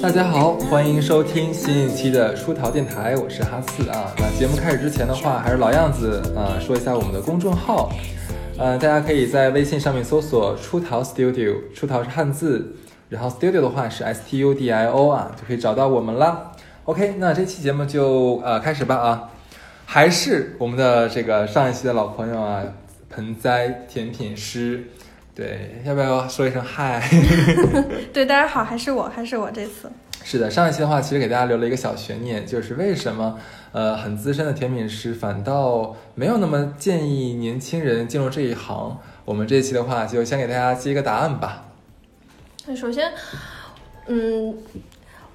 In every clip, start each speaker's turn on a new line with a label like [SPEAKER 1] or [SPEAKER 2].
[SPEAKER 1] 大家好，欢迎收听新一期的书桃电台，我是哈四啊。那节目开始之前的话，还是老样子啊、呃，说一下我们的公众号。呃，大家可以在微信上面搜索“出逃 Studio”，出逃是汉字，然后 Studio 的话是 S T U D I O 啊，就可以找到我们啦。OK，那这期节目就呃开始吧啊，还是我们的这个上一期的老朋友啊，盆栽甜品师，对，要不要说一声嗨？
[SPEAKER 2] 对，大家好，还是我，还是我这次。
[SPEAKER 1] 是的，上一期的话，其实给大家留了一个小悬念，就是为什么呃很资深的甜品师反倒没有那么建议年轻人进入这一行？我们这一期的话，就先给大家揭一个答案吧。
[SPEAKER 2] 首先，嗯，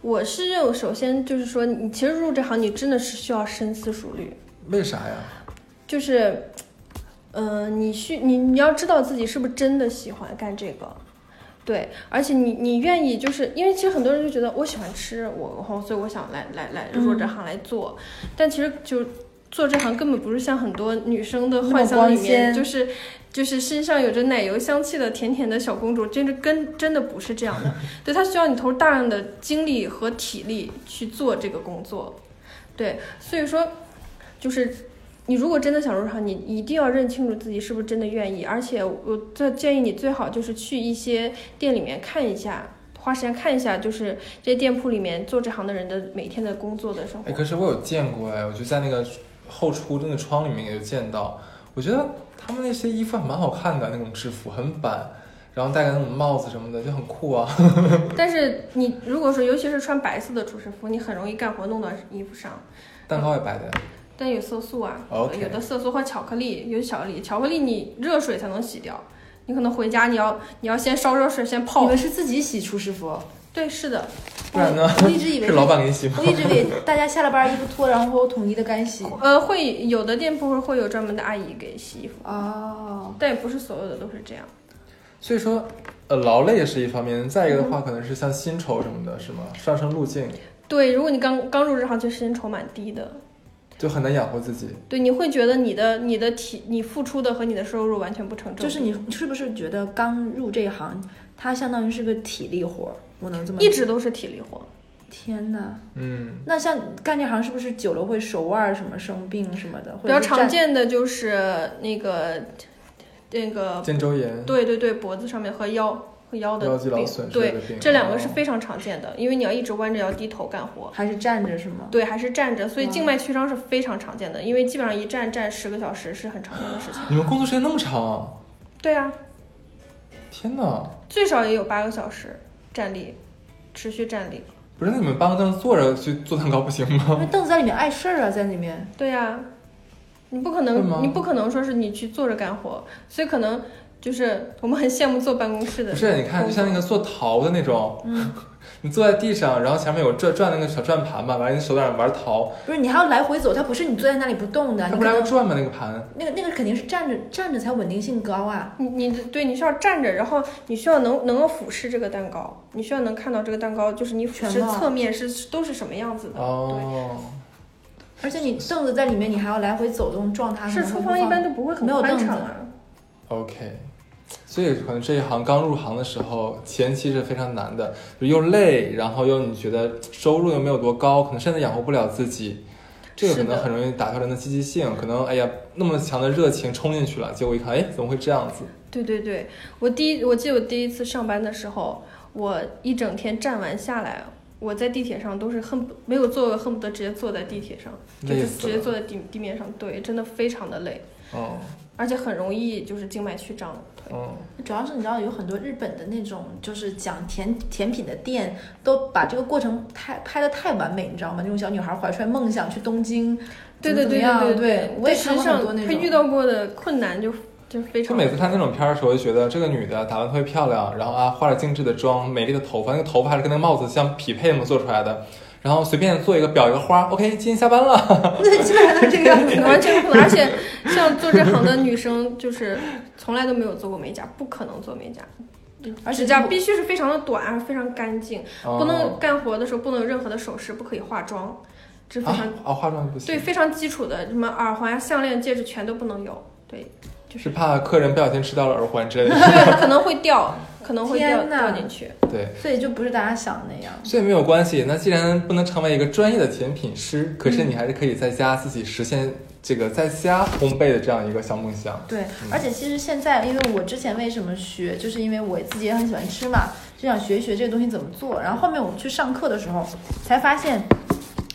[SPEAKER 2] 我是认为，首先就是说，你其实入这行，你真的是需要深思熟虑，
[SPEAKER 1] 为啥呀？
[SPEAKER 2] 就是，嗯、你需你你要知道自己是不是真的喜欢干这个。对，而且你你愿意，就是因为其实很多人就觉得我喜欢吃，我然后所以我想来来来入
[SPEAKER 3] 嗯
[SPEAKER 2] 这行来做，但其实就做这行根本不是像很多女生的
[SPEAKER 3] 那么
[SPEAKER 2] 幻想里
[SPEAKER 3] 光
[SPEAKER 2] 面，
[SPEAKER 3] 鲜
[SPEAKER 2] 就是就是身上有着奶油香气的甜甜的小公主，真的跟真的不是这样的。对，它需要你投入大量的精力和体力去做这个工作。对，所以说，就是你如果真的想入行，你一定要认清楚自己是不是真的愿意。而且我这建议你最好就是去一些店里面看一下，花时间看一下，就是这些店铺里面做这行的人的每天的工作的生活
[SPEAKER 1] 哎，。可是我有见过哎，我就在那个后厨那个窗里面有见到，我觉得他们那些衣服还蛮好看的，那种制服很板，然后戴个那种帽子什么的就很酷啊。
[SPEAKER 2] 但是你如果说，尤其是穿白色的主食服，你很容易干活弄到衣服上。
[SPEAKER 1] 蛋糕也摆的，
[SPEAKER 2] 但有色素啊
[SPEAKER 1] OK
[SPEAKER 2] 有的色素或巧克力，有巧克力，巧克力你热水才能洗掉，你可能回家你要你要先烧热水，先
[SPEAKER 3] 你
[SPEAKER 2] 泡。
[SPEAKER 3] 们是自己洗厨师服？
[SPEAKER 2] 对，是的，
[SPEAKER 1] 不然呢？
[SPEAKER 3] 我一直以为
[SPEAKER 1] 是老板给你洗吗？
[SPEAKER 3] 我一直以为大家下了班衣服脱，然后统一的干洗。
[SPEAKER 2] 呃，会有的店铺会会有专门的阿姨给洗衣服，
[SPEAKER 3] 哦，
[SPEAKER 2] 但也不是所有的都是这样。
[SPEAKER 1] 所以说，呃，劳累也是一方面，再一个的话，可能是像薪酬什么的，是吗？上升路径
[SPEAKER 2] 对，如果你刚刚入这行，其实薪酬蛮低的。
[SPEAKER 1] 就很难养活自己。
[SPEAKER 2] 对，你会觉得你的你的体你付出的和你的收入完全不成正比，
[SPEAKER 3] 就是你是不是觉得刚入这一行，它相当于是个体力活儿？我能这么
[SPEAKER 2] 一直都是体力活。
[SPEAKER 3] 天哪！
[SPEAKER 1] 嗯，
[SPEAKER 3] 那像干这行是不是久了会手腕儿什么生病什么的？
[SPEAKER 2] 比较
[SPEAKER 3] 或者是
[SPEAKER 2] 常
[SPEAKER 3] 站。
[SPEAKER 2] 见的就是那个那个
[SPEAKER 1] 肩周炎、
[SPEAKER 2] 对对对，脖子上面和腰和腰的
[SPEAKER 1] 腰肌劳
[SPEAKER 2] 病
[SPEAKER 1] 损之类
[SPEAKER 2] 对，
[SPEAKER 1] 的病，
[SPEAKER 2] 这两个是
[SPEAKER 1] 哦
[SPEAKER 2] 非常常见的，因为你要一直弯着腰低头干活。
[SPEAKER 3] 还是站着是吗？
[SPEAKER 2] 对，还是站着，所以静
[SPEAKER 3] 哇
[SPEAKER 2] 脉曲张是非常常见的，因为基本上一站站十个小时是很常见的事情。
[SPEAKER 1] 你们工作时间那么长，
[SPEAKER 2] 对啊，
[SPEAKER 1] 天哪！
[SPEAKER 2] 最少也有八个小时站立，持续站立。
[SPEAKER 1] 不是，那你们搬个凳子坐着去做蛋糕不行吗？
[SPEAKER 3] 那凳子在里面碍事儿啊，在里面。
[SPEAKER 2] 对呀、你不可
[SPEAKER 1] 会吗
[SPEAKER 2] 能，你不可能说是你去坐着干活，所以可能就是我们很羡慕坐办公室的
[SPEAKER 1] 不
[SPEAKER 2] 工作。
[SPEAKER 1] 是，你看，就像那个做陶的那种，
[SPEAKER 3] 嗯，
[SPEAKER 1] 你坐在地上，然后前面有转转那个小转盘嘛，完了你手在那玩陶，
[SPEAKER 3] 不是你还要来回走，它不是你坐在那里不动的，
[SPEAKER 1] 它
[SPEAKER 3] 你
[SPEAKER 1] 不
[SPEAKER 3] 可
[SPEAKER 1] 是还
[SPEAKER 3] 能
[SPEAKER 1] 会转吗？那个盘，
[SPEAKER 3] 那个那个肯定是站着站着才稳定性高啊。
[SPEAKER 2] 你你对你需要站着，然后你需要能能够俯视这个蛋糕，你需要能看到这个蛋糕，就是你俯视
[SPEAKER 3] 全貌
[SPEAKER 2] 侧面是是都是什么样子的。
[SPEAKER 1] 哦，
[SPEAKER 3] 而且你凳子在里面，你还要来回走动撞它。
[SPEAKER 2] 是
[SPEAKER 3] 可能
[SPEAKER 2] 厨
[SPEAKER 3] 会不
[SPEAKER 2] 房一
[SPEAKER 3] 方
[SPEAKER 2] 般都不会很
[SPEAKER 3] 没有
[SPEAKER 2] 宽
[SPEAKER 3] 凳子
[SPEAKER 2] 敞啊。
[SPEAKER 1] OK，所以可能这一行刚入行的时候，前期是非常难的，就又累，然后又你觉得收入又没有多高，可能甚至养活不了自己，这个可
[SPEAKER 2] 是的
[SPEAKER 1] 能很容易打消人的积极性，可能哎呀那么强的热情冲进去了，结果一看，哎，怎么会这样子？
[SPEAKER 2] 对对对，我第一我记得我第一次上班的时候，我一整天站完下来，我在地铁上都是恨不没有坐过，恨不得直接坐在地铁上，就
[SPEAKER 1] 累
[SPEAKER 2] 是
[SPEAKER 1] 死
[SPEAKER 2] 直接
[SPEAKER 1] 了。
[SPEAKER 2] 坐在地地面上，对，真的非常的累，
[SPEAKER 1] 嗯
[SPEAKER 2] 而且很容易就是静脉曲张。对
[SPEAKER 1] 嗯，
[SPEAKER 3] 主要是你知道有很多日本的那种就是讲甜甜品的店，都把这个过程太拍的太完美，你知道吗？那种小女孩怀揣梦想去东 京，
[SPEAKER 2] 对
[SPEAKER 3] 怎
[SPEAKER 2] 对对
[SPEAKER 3] 么怎么样
[SPEAKER 2] 对
[SPEAKER 3] 对，我
[SPEAKER 2] 但
[SPEAKER 3] 也
[SPEAKER 2] 实
[SPEAKER 3] 看
[SPEAKER 2] 际
[SPEAKER 3] 过很
[SPEAKER 2] 上
[SPEAKER 3] 多那
[SPEAKER 2] 他
[SPEAKER 3] 种。
[SPEAKER 2] 遇到过的困难就就非
[SPEAKER 1] 就
[SPEAKER 2] 常
[SPEAKER 1] 每次看那种片儿的时候，我就觉得这个女的打扮特别漂亮，然后啊化着精致的妆，美丽的头发，那个头发还是跟那个帽子相匹配嘛做出来的，然后随便做一个裱一个花，OK，今天下班了。
[SPEAKER 3] 对，基本 上都是这个 样子。
[SPEAKER 2] 完全不可能。而且像做这行的女生，就是从来都没有做过美甲，不可能做美甲。
[SPEAKER 3] 而且
[SPEAKER 2] 指甲
[SPEAKER 3] 不
[SPEAKER 2] 必须是非常的短，非常干净，不
[SPEAKER 1] 嗯哦
[SPEAKER 2] 能干活的时候不能有任何的首饰，不可以化妆，
[SPEAKER 1] 嗯
[SPEAKER 2] 这非常、
[SPEAKER 1] 啊啊化妆不行。
[SPEAKER 2] 对非常基础的什么耳环、项链、戒指全都不能有。对，就是
[SPEAKER 1] 是怕客人不小心吃到了耳环针，
[SPEAKER 2] 对，可能会掉，可能会掉
[SPEAKER 3] 天哪
[SPEAKER 2] 掉进去。
[SPEAKER 1] 对，
[SPEAKER 3] 所以就不是大家想的那样。
[SPEAKER 1] 所以没有关系。那既然不能成为一个专业的甜品师，可是你还是可以在家自己实现这个在家烘焙的这样一个小梦想。
[SPEAKER 3] 对，而且其实现在，因为我之前为什么学，就是因为我自己也很喜欢吃嘛，就想学一学这个东西怎么做。然后后面我去上课的时候，才发现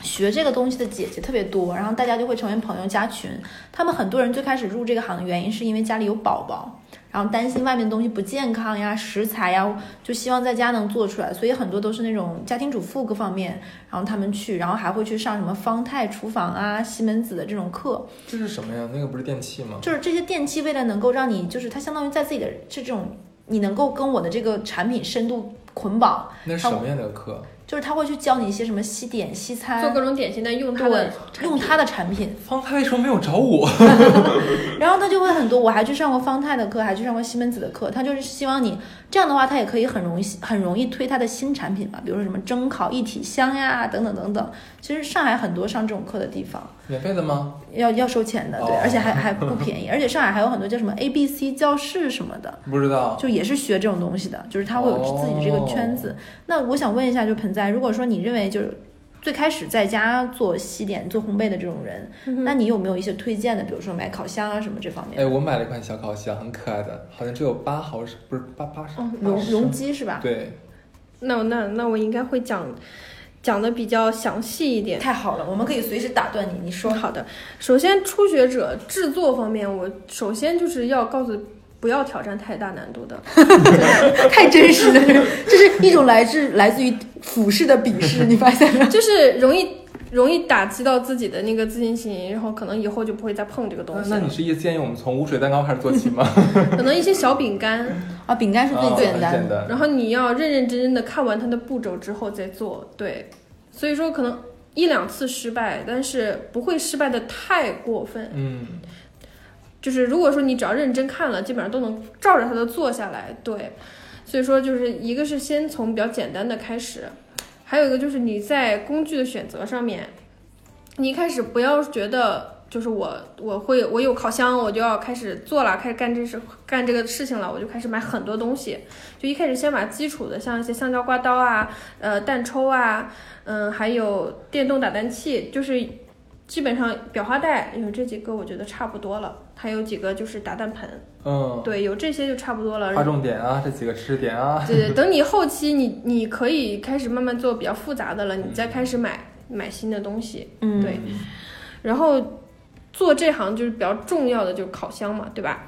[SPEAKER 3] 学这个东西的姐姐特别多，然后大家就会成为朋友加群。他们很多人最开始入这个行的原因，是因为家里有宝宝，然后担心外面的东西不健康呀、食材呀，就希望在家能做出来。所以很多都是那种家庭主妇各方面，然后他们去，然后还会去上什么方太厨房啊、西门子的这种课。
[SPEAKER 1] 这是什么呀？那个不是电器吗？
[SPEAKER 3] 就是这些电器为了能够让你，就是它相当于在自己的这种，你能够跟我的这个产品深度捆绑，
[SPEAKER 1] 那是什么样的课？
[SPEAKER 3] 就是它会去教你一些什么西点、西餐，
[SPEAKER 2] 做各种点心，但用它
[SPEAKER 3] 对
[SPEAKER 2] 的，
[SPEAKER 3] 用它的产品，
[SPEAKER 1] 方太为什么没有找我？
[SPEAKER 3] 然后它就会很多。我还去上过方太的课，还去上过西门子的课，它就是希望你这样的话，它也可以很容易很容易推它的新产品嘛，比如说什么蒸烤一体香呀，等等等等。其实上海很多上这种课的地方。
[SPEAKER 1] 免费的吗？
[SPEAKER 3] 要要收钱的，对，
[SPEAKER 1] 哦
[SPEAKER 3] 而且还还不便宜，而且上海还有很多叫什么 A B C 教室什么的，
[SPEAKER 1] 不知道。
[SPEAKER 3] 就也是学这种东西的，就是他会有自己的这个
[SPEAKER 1] 哦
[SPEAKER 3] 圈子。那我想问一下，就盆栽，如果说你认为就是最开始在家做西点、做烘焙的这种人，那你有没有一些推荐的？比如说买烤箱啊什么这方面，
[SPEAKER 1] 哎，我买了一款小烤箱，很可爱的，好像只有八毫升，不是八八十
[SPEAKER 3] 哦，容容积是吧？
[SPEAKER 1] 对，
[SPEAKER 2] 那那那我应该会讲讲的比较详细一点。
[SPEAKER 3] 太好了，我们可以随时打断你，你说。
[SPEAKER 2] 好的，首先初学者制作方面，我首先就是要告诉不要挑战太大难 度的，
[SPEAKER 3] 太真实 的，这是一种来自来自于俯视的鄙视，你发现没有？
[SPEAKER 2] 就是容易容易打击到自己的那个自信心，然后可能以后就不会再碰这个东
[SPEAKER 1] 那
[SPEAKER 2] 西
[SPEAKER 1] 那
[SPEAKER 2] 了
[SPEAKER 1] 你。是一建议我们从无水蛋糕开始做起吗？
[SPEAKER 2] 可能一些小饼干，
[SPEAKER 3] 啊，饼干是
[SPEAKER 1] 啊
[SPEAKER 3] 最简
[SPEAKER 1] 很
[SPEAKER 3] 单的。
[SPEAKER 1] 简单。
[SPEAKER 2] 然后你要认认真真的看完它的步骤之后再做。对，所以说可能一两次失败，但是不会失败的太过分。
[SPEAKER 1] 嗯，
[SPEAKER 2] 就是如果说你只要认真看了，基本上都能照着它的做下来。对，所以说就是一个是先从比较简单的开始，还有一个就是你在工具的选择上面，你一开始不要觉得。就是我，我会我有烤箱，我就要开始做了，开始干这事干这个事情了，我就开始买很多东西。就一开始先把基础的，像一些橡胶刮刀啊，呃蛋抽啊，嗯，还有电动打蛋器，就是基本上裱花带有这几个，我觉得差不多了。还有几个就是打蛋盆，
[SPEAKER 1] 嗯，
[SPEAKER 2] 对，有这些就差不多了。
[SPEAKER 1] 划重点啊，这几个知识点啊。
[SPEAKER 2] 对对，等你后期你你可以开始慢慢做比较复杂的了，你再开始买买新的东西。
[SPEAKER 3] 嗯，
[SPEAKER 2] 对然后做这行就是比较重要的就是烤箱嘛，对吧？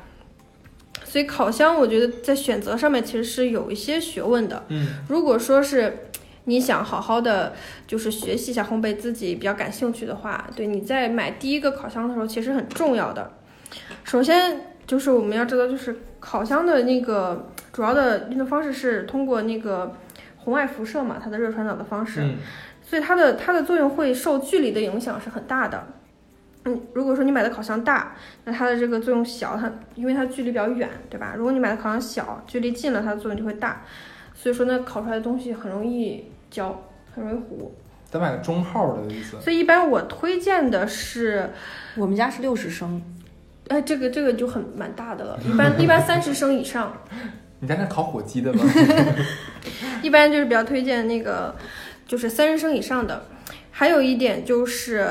[SPEAKER 2] 所以烤箱我觉得在选择上面其实是有一些学问的。
[SPEAKER 1] 嗯，
[SPEAKER 2] 如果说是你想好好的就是学习一下烘焙，自己比较感兴趣的话，对你在买第一个烤箱的时候，其实很重要的。首先就是我们要知道，就是烤箱的那个主要的运动方式是通过那个红外辐射嘛，它的热传导的方式，
[SPEAKER 1] 嗯
[SPEAKER 2] 所以它的它的作用会受距离的影响是很大的。嗯，如果说你买的烤箱大，那它的这个作用小，它因为它距离比较远，对吧？如果你买的烤箱小，距离近了，它的作用就会大，所以说呢，烤出来的东西很容易焦，很容易糊。
[SPEAKER 1] 咱买个中号的意思。
[SPEAKER 2] 所以一般我推荐的是，
[SPEAKER 3] 我们家是六十升，
[SPEAKER 2] 哎，这个这个就很蛮大的了，一般一般三十升以上，
[SPEAKER 1] 你在那烤火鸡的吗？
[SPEAKER 2] 一般就是比较推荐那个，就是三十升以上的。还有一点就是，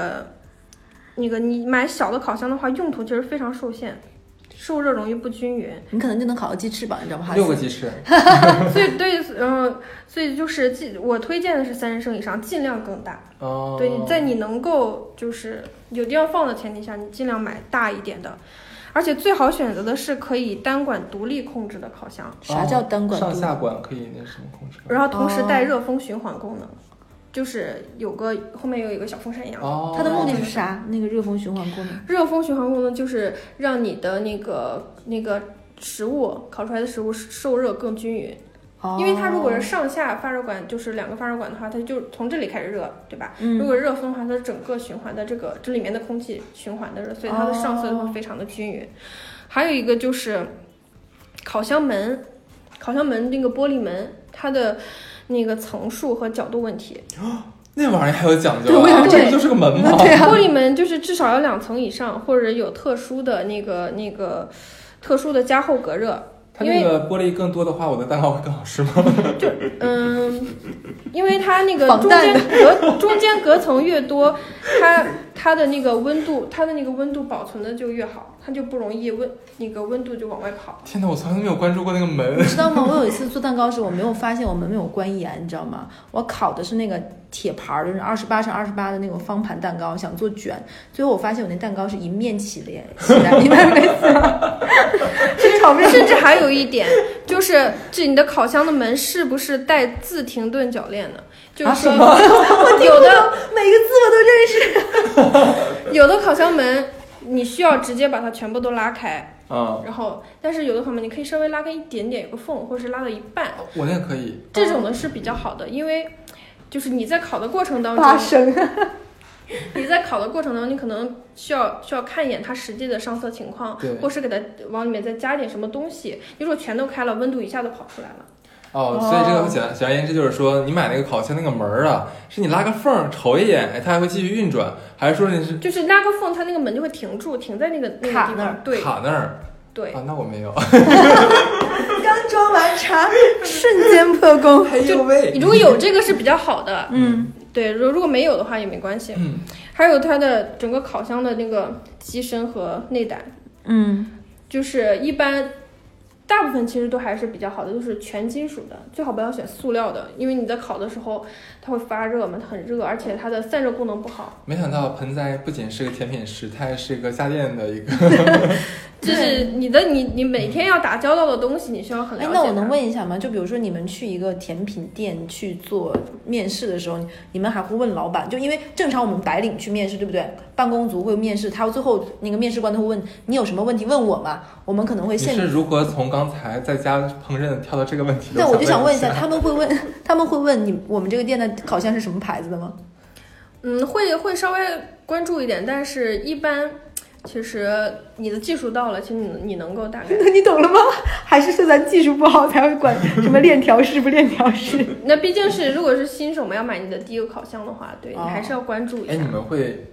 [SPEAKER 2] 那个你买小的烤箱的话，用途其实非常受限，受热容易不均匀。
[SPEAKER 3] 你可能就能烤个鸡翅膀，你知道吗？
[SPEAKER 1] 六个鸡翅，
[SPEAKER 2] 所以对，嗯、所以就是尽我推荐的是三十升以上，尽量更大。
[SPEAKER 1] 哦，
[SPEAKER 2] 对，你在你能够就是有地方放的前提下，你尽量买大一点的，而且最好选择的是可以单管独立控制的烤箱，
[SPEAKER 3] 啥叫单管
[SPEAKER 1] 哦上
[SPEAKER 3] 独
[SPEAKER 1] 下管可以那什么控制？
[SPEAKER 2] 然后同时带
[SPEAKER 3] 哦
[SPEAKER 2] 热风循环功能，就是有个后面有一个小风扇一样的。
[SPEAKER 1] 哦，
[SPEAKER 3] 它的目的是啥？那个热风循环功能。
[SPEAKER 2] 热风循环功能就是让你的那个那个食物烤出来的食物受热更均匀，
[SPEAKER 3] 哦
[SPEAKER 2] 因为它如果是上下发热管，就是两个发热管的话，它就从这里开始热，对吧？如
[SPEAKER 3] 嗯，
[SPEAKER 2] 果热风的话，它整个循环的这个这里面的空气循环的热，所以它的上色会非常的均匀。还有一个就是烤箱门，烤箱门那个玻璃门，它的那个层数和角度问题，
[SPEAKER 1] 那玩意儿还有讲究
[SPEAKER 3] 对
[SPEAKER 1] 啊，
[SPEAKER 3] 我想
[SPEAKER 1] 这
[SPEAKER 3] 对
[SPEAKER 1] 不就是个 门吗？
[SPEAKER 3] 对啊
[SPEAKER 2] 玻璃门就是至少要两层以上，或者有特殊的那个那个特殊的加厚隔热，
[SPEAKER 1] 它
[SPEAKER 2] 因为
[SPEAKER 1] 那个玻璃更多的话，我的蛋糕会更好吃吗？
[SPEAKER 2] 嗯，因为它那个
[SPEAKER 3] 防
[SPEAKER 2] 中
[SPEAKER 3] 弹
[SPEAKER 2] 间隔中间隔层越多，它它的那个温度，它的那个温度保存的就越好，它就不容易温那个温度就往外跑。
[SPEAKER 1] 天哪，我从来都没有关注过那个门
[SPEAKER 3] 你。 知道吗？我有一次做蛋糕时，我没有发现我们没有关严，你知道吗？我烤的是那个铁盘儿，就是二十八乘二十八的那种方盘蛋糕，想做卷，最后我发现我那蛋糕是一面起的耶，起来，明白没？ 这炒 面
[SPEAKER 2] 甚至还有一点 就是，这你的烤箱的门是不是带自停顿铰链的？就是说， 有的
[SPEAKER 3] 每个字我都认识。
[SPEAKER 2] 有的烤箱门你需要直接把它全部都拉开，
[SPEAKER 1] 嗯，
[SPEAKER 2] 然后但是有的烤箱门你可以稍微拉开一点点，有个缝，或者是拉到一半，
[SPEAKER 1] 我那个可以。
[SPEAKER 2] 这种的是比较好的，因为就是你在烤的过程当
[SPEAKER 3] 八
[SPEAKER 2] 中，
[SPEAKER 3] 声，
[SPEAKER 2] 你在烤的过程当中，你可能需要需要看一眼它实际的上色情况
[SPEAKER 1] 对，
[SPEAKER 2] 或是给它往里面再加一点什么东西。你如果全都开了，温度一下子跑出来了。
[SPEAKER 1] 哦，所以这个简简而言之就是说，你买那个烤箱那个门儿啊，是你拉个缝儿瞅一眼，哎，它还会继续运转，还是说你是
[SPEAKER 2] 就是拉个缝，它那个门就会停住，停在那个那个
[SPEAKER 3] 卡
[SPEAKER 2] 地
[SPEAKER 3] 那儿
[SPEAKER 2] 方。对
[SPEAKER 1] 卡那儿
[SPEAKER 2] 对，
[SPEAKER 1] 啊？那我没有。
[SPEAKER 3] 刚装完茶，瞬间破 功。
[SPEAKER 1] 哎呦喂！
[SPEAKER 2] 你如果有这个是比较好的，
[SPEAKER 3] 嗯，
[SPEAKER 2] 对，如如果没有的话也没关系。
[SPEAKER 1] 嗯，
[SPEAKER 2] 还有它的整个烤箱的那个机身和内胆，
[SPEAKER 3] 嗯，
[SPEAKER 2] 就是一般大部分其实都还是比较好的，就是全金属的，最好不要选塑料的，因为你在烤的时候它会发热嘛，它很热，而且它的散热功能不好，
[SPEAKER 1] 没想到盆栽不仅是个甜品师，它还是一个家电的一个。
[SPEAKER 2] 就
[SPEAKER 3] 对
[SPEAKER 2] 是你的你你每天要打交道的东西，你需要很了
[SPEAKER 3] 哎
[SPEAKER 2] 解，它。
[SPEAKER 3] 那我能问一下吗？就比如说你们去一个甜品店去做面试的时候，你们还会问老板？就因为正常我们白领去面试，对不对？办公族会面试，他最后那个面试官他会问你有什么问题问我吗？我们可能会
[SPEAKER 1] 你
[SPEAKER 3] 现
[SPEAKER 1] 是如何从刚才在家烹饪跳到这个问题的？
[SPEAKER 3] 对，我就想问一
[SPEAKER 1] 一
[SPEAKER 3] 下，他们 会问他们会问你我们这个店的烤箱是什么牌子的吗？
[SPEAKER 2] 嗯，会会稍微关注一点，但是一般其实你的技术到了，其实你你能够大概。
[SPEAKER 3] 你懂了吗？还是说咱技术不好才会管什么链条式不链条式？
[SPEAKER 2] 那毕竟是如果是新手嘛，要买你的第一个烤箱的话，对你
[SPEAKER 3] 哦
[SPEAKER 2] 还是要关注一
[SPEAKER 1] 哎，
[SPEAKER 2] 下
[SPEAKER 1] 你。们会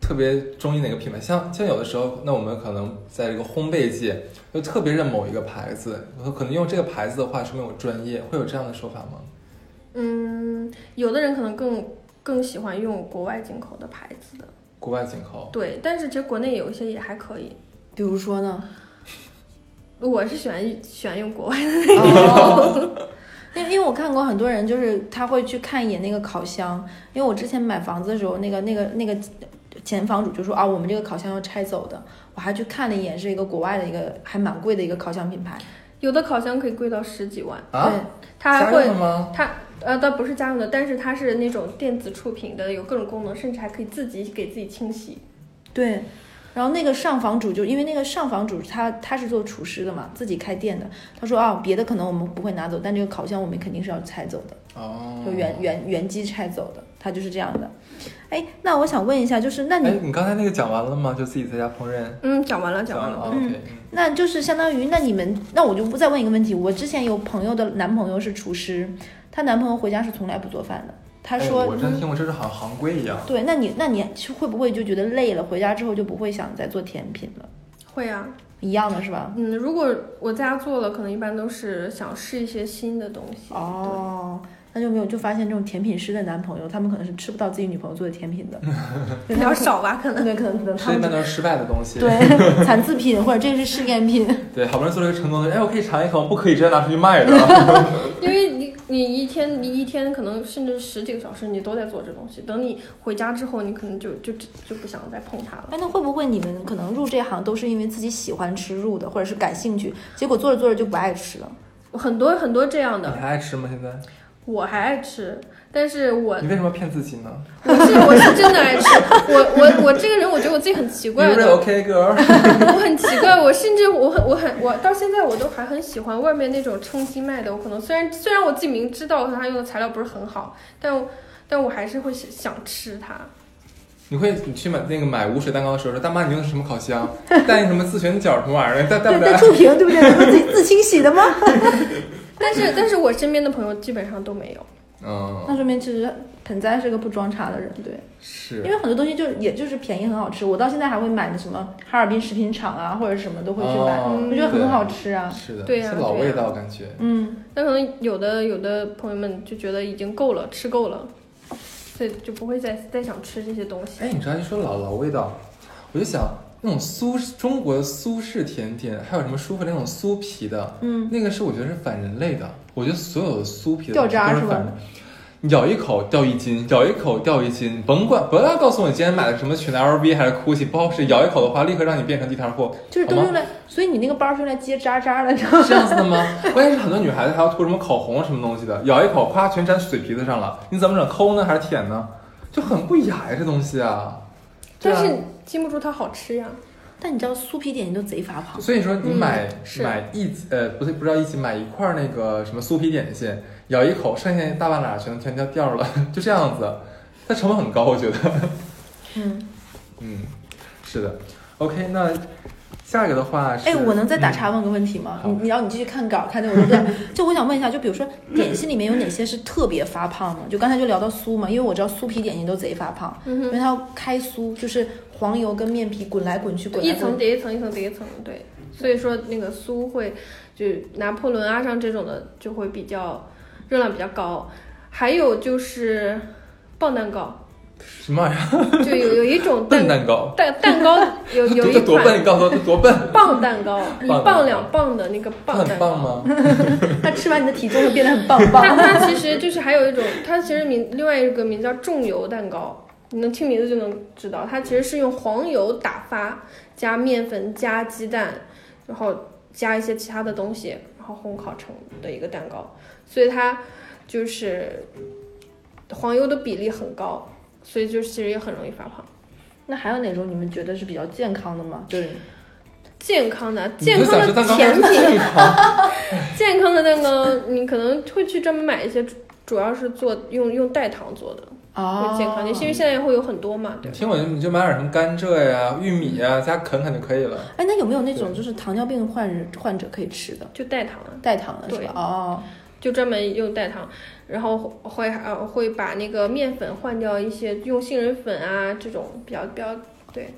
[SPEAKER 1] 特别中意哪个品牌？像像有的时候，那我们可能在这个烘焙界就特别认某一个牌子，可能用这个牌子的话，说明我专业，会有这样的说法吗？
[SPEAKER 2] 嗯，有的人可能更更喜欢用国外进口的牌子的，
[SPEAKER 1] 国外进口，
[SPEAKER 2] 对，但是其实国内有一些也还可以。
[SPEAKER 3] 比如说呢？
[SPEAKER 2] 我是喜欢喜欢用国外的，
[SPEAKER 3] 哦， 因为因为我看过很多人，就是他会去看一眼那个烤箱。因为我之前买房子的时候，那个那个那个前房主就说啊，我们这个烤箱要拆走的。我还去看了一眼，是一个国外的一个还蛮贵的一个烤箱品牌。
[SPEAKER 2] 有的烤箱可以贵到十几万，
[SPEAKER 1] 啊，
[SPEAKER 3] 对，
[SPEAKER 2] 它还
[SPEAKER 1] 家用
[SPEAKER 2] 会
[SPEAKER 1] 的吗？
[SPEAKER 2] 它呃倒不是家用的，但是它是那种电子触屏的，有各种功能，甚至还可以自己给自己清洗。
[SPEAKER 3] 对。然后那个上房主就因为那个上房主他他是做厨师的嘛，自己开店的。他说啊，别的可能我们不会拿走，但这个烤箱我们肯定是要拆走的。
[SPEAKER 1] 哦，
[SPEAKER 3] 就原。原原机拆走的，它就是这样的。哎，那我想问一下，就是那
[SPEAKER 1] 哎
[SPEAKER 3] 你，
[SPEAKER 1] 你刚才那个讲完了吗？就自己在家烹饪。
[SPEAKER 2] 嗯，讲完了，讲完了。
[SPEAKER 1] 啊
[SPEAKER 3] 嗯
[SPEAKER 1] OK，
[SPEAKER 3] 那就是相当于那你们，那我就不再问一个问题。我之前有朋友的男朋友是厨师，她男朋友回家是从来不做饭的。他说，嗯
[SPEAKER 1] 哎我真的听过，这是好像行规一样。
[SPEAKER 3] 对，那你那你会不会就觉得累了，回家之后就不会想再做甜品了？
[SPEAKER 2] 会啊，
[SPEAKER 3] 一样的是吧？
[SPEAKER 2] 嗯，如果我在家做了，可能一般都是想试一些新的东西。
[SPEAKER 3] 哦，那就没有，就发现这种甜品师的男朋友，他们可能是吃不到自己女朋友做的甜品的，
[SPEAKER 2] 对，
[SPEAKER 3] 对
[SPEAKER 2] 比
[SPEAKER 3] 他
[SPEAKER 2] 较
[SPEAKER 3] 们
[SPEAKER 2] 少吧，可能。
[SPEAKER 3] 对，可能可能他
[SPEAKER 1] 吃一嗯
[SPEAKER 3] 们
[SPEAKER 1] 般都是失败的东西。
[SPEAKER 3] 对 残次品或者这是试验品。
[SPEAKER 1] 对，好不容易做了一个成功的，哎，我可以尝一口，不可以直接拿出去卖的。
[SPEAKER 2] 因为你你一天你一天可能甚至十几个小时你都在做这东西，等你回家之后，你可能就就就就不想再碰它了。
[SPEAKER 3] 哎，那会不会你们可能入这行都是因为自己喜欢吃入的，或者是感兴趣，结果做着做着就不爱吃了？
[SPEAKER 2] 很多很多这样
[SPEAKER 1] 你
[SPEAKER 2] 的，
[SPEAKER 1] 还爱吃吗？现在？
[SPEAKER 2] 我还爱吃，但是我
[SPEAKER 3] 呃
[SPEAKER 1] 你为什么骗自己呢
[SPEAKER 2] 我是我是真的爱吃，我我我这个人我觉得我自己很奇
[SPEAKER 1] ？You
[SPEAKER 2] 怪的
[SPEAKER 1] r e OK girl？
[SPEAKER 2] 我很奇怪，我甚至我很我很我到现在我都还很喜欢外面那种称斤卖的，我可能虽然虽然我自己明知道它用的材料不是很好，但我但我还是会想想吃它。
[SPEAKER 1] 你会你去买那个买无水蛋糕的时候说，大妈你用的什么烤箱？带什么自旋角什么玩意儿的？带带
[SPEAKER 3] 对
[SPEAKER 1] 不
[SPEAKER 3] 对，
[SPEAKER 1] 带？
[SPEAKER 3] 触屏对不对？你们自己自清洗的吗？
[SPEAKER 2] 但是但是我身边的朋友基本上都没有，
[SPEAKER 1] 嗯，
[SPEAKER 3] 那说明其实盆栽是个不装叉的人，对，
[SPEAKER 1] 是
[SPEAKER 3] 因为很多东西就是也就是便宜很好吃，我到现在还会买的什么哈尔滨食品厂啊或者什么都会去买，
[SPEAKER 1] 哦
[SPEAKER 3] 我觉得很好吃啊，
[SPEAKER 1] 是的，
[SPEAKER 2] 对呀
[SPEAKER 1] 是老
[SPEAKER 2] 对
[SPEAKER 1] 味
[SPEAKER 2] 呀
[SPEAKER 1] 道感觉。
[SPEAKER 3] 嗯，
[SPEAKER 2] 但可能有的有的朋友们就觉得已经够了，吃够了，所以就不会再再想吃这些东西。
[SPEAKER 1] 哎，你知道一说老老味道，我就想那种苏中国的苏式甜点，还有什么舒芙蕾那种酥皮的，
[SPEAKER 3] 嗯，
[SPEAKER 1] 那个是我觉得是反人类的。我觉得所有的酥皮的
[SPEAKER 3] 掉渣
[SPEAKER 1] 都
[SPEAKER 3] 是
[SPEAKER 1] 是
[SPEAKER 3] 吧
[SPEAKER 1] 反人。你咬一口掉一斤，咬一口掉一斤，甭管不要告诉我你今天买的什么裙子 LV 还是 GUCCI，不好使，咬一口的话立刻让你变成地摊货，
[SPEAKER 3] 就是都
[SPEAKER 1] 好吗
[SPEAKER 3] 用来，所以你那个包是用来接渣渣的，你知道吗？
[SPEAKER 1] 这样子的吗？关键是很多女孩子还要涂什么口红什么东西的，咬一口，夸全粘嘴皮子上了，你怎么整？抠呢还是舔呢？就很不雅呀，这东西啊。对
[SPEAKER 2] 但
[SPEAKER 1] 啊
[SPEAKER 2] 是禁不住它好吃呀。
[SPEAKER 3] 但你知道酥皮点心都贼发胖，
[SPEAKER 1] 所以说你
[SPEAKER 2] 嗯
[SPEAKER 1] 买、
[SPEAKER 2] 是
[SPEAKER 1] 买一呃不对，不知道一起买一块儿那个什么酥皮点心，咬一口，剩下大半拉全全掉掉了， 就这样子，它成本很高，我觉得。
[SPEAKER 3] 嗯，
[SPEAKER 1] 嗯，是的。OK，那下一个的话是，
[SPEAKER 3] 哎，我能再打
[SPEAKER 1] 嗯
[SPEAKER 3] 岔问个问题吗？
[SPEAKER 1] 好
[SPEAKER 3] 你你让你继续看稿，看那个文章。 就我想问一下，就比如说点心里面有哪些是特别发胖的？就刚才就聊到酥嘛，因为我知道酥皮点心都贼发胖，
[SPEAKER 2] 嗯
[SPEAKER 3] 因
[SPEAKER 2] 哼，
[SPEAKER 3] 为它要开酥，就是黄油跟面皮滚来滚去，滚来
[SPEAKER 2] 一
[SPEAKER 3] 滚
[SPEAKER 2] 层
[SPEAKER 3] 去。
[SPEAKER 2] 叠一层，一层叠一层，对。所以说那个酥会，就拿破仑啊上这种的就会比较热量比较高，还有就是棒蛋糕，
[SPEAKER 1] 什么玩意儿？
[SPEAKER 2] 就有有一种蛋
[SPEAKER 1] 笨蛋糕，
[SPEAKER 2] 蛋蛋糕有有
[SPEAKER 1] 多
[SPEAKER 2] 一
[SPEAKER 1] 这多笨，
[SPEAKER 2] 款
[SPEAKER 1] 你告诉我这多笨，
[SPEAKER 2] 棒蛋糕，一
[SPEAKER 1] 棒蛋糕
[SPEAKER 2] 磅两磅的那个
[SPEAKER 1] 它
[SPEAKER 2] 棒
[SPEAKER 1] 很
[SPEAKER 2] 蛋糕
[SPEAKER 1] 棒。吗？
[SPEAKER 3] 它吃完你的体重会变得很 棒
[SPEAKER 2] 它
[SPEAKER 3] 棒。
[SPEAKER 2] 它其实就是还有一种，它其实名另外一个名叫重油蛋糕，你能听名字就能知道，它其实是用黄油打发，加面粉加鸡蛋，然后加一些其他的东西，然后烘烤成的一个蛋糕，所以它就是黄油的比例很高，所以就是其实也很容易发胖。
[SPEAKER 3] 那还有哪种你们觉得是比较健康的吗？就是
[SPEAKER 2] 健康的
[SPEAKER 1] 你
[SPEAKER 2] 健
[SPEAKER 1] 就
[SPEAKER 2] 康
[SPEAKER 1] 想吃
[SPEAKER 2] 的
[SPEAKER 1] 蛋糕
[SPEAKER 2] 甜
[SPEAKER 1] 还是健 康？
[SPEAKER 2] 健康的蛋糕，你可能会去专门买一些，主主要是做用用代糖做的
[SPEAKER 3] 哦
[SPEAKER 2] 会健康一些，因为现在会有很多嘛，对
[SPEAKER 1] 你
[SPEAKER 2] 吧？
[SPEAKER 1] 听我，你就买点什么甘蔗呀、玉米呀，加啃啃就可以了。
[SPEAKER 3] 哎，那有没有那种就是糖尿病患者患者可以吃的
[SPEAKER 2] 就代糖，啊
[SPEAKER 3] 代糖的是吧？哦，
[SPEAKER 2] 就专门用代糖，然后会呃会把那个面粉换掉一些，用杏仁粉啊这种比较比较对，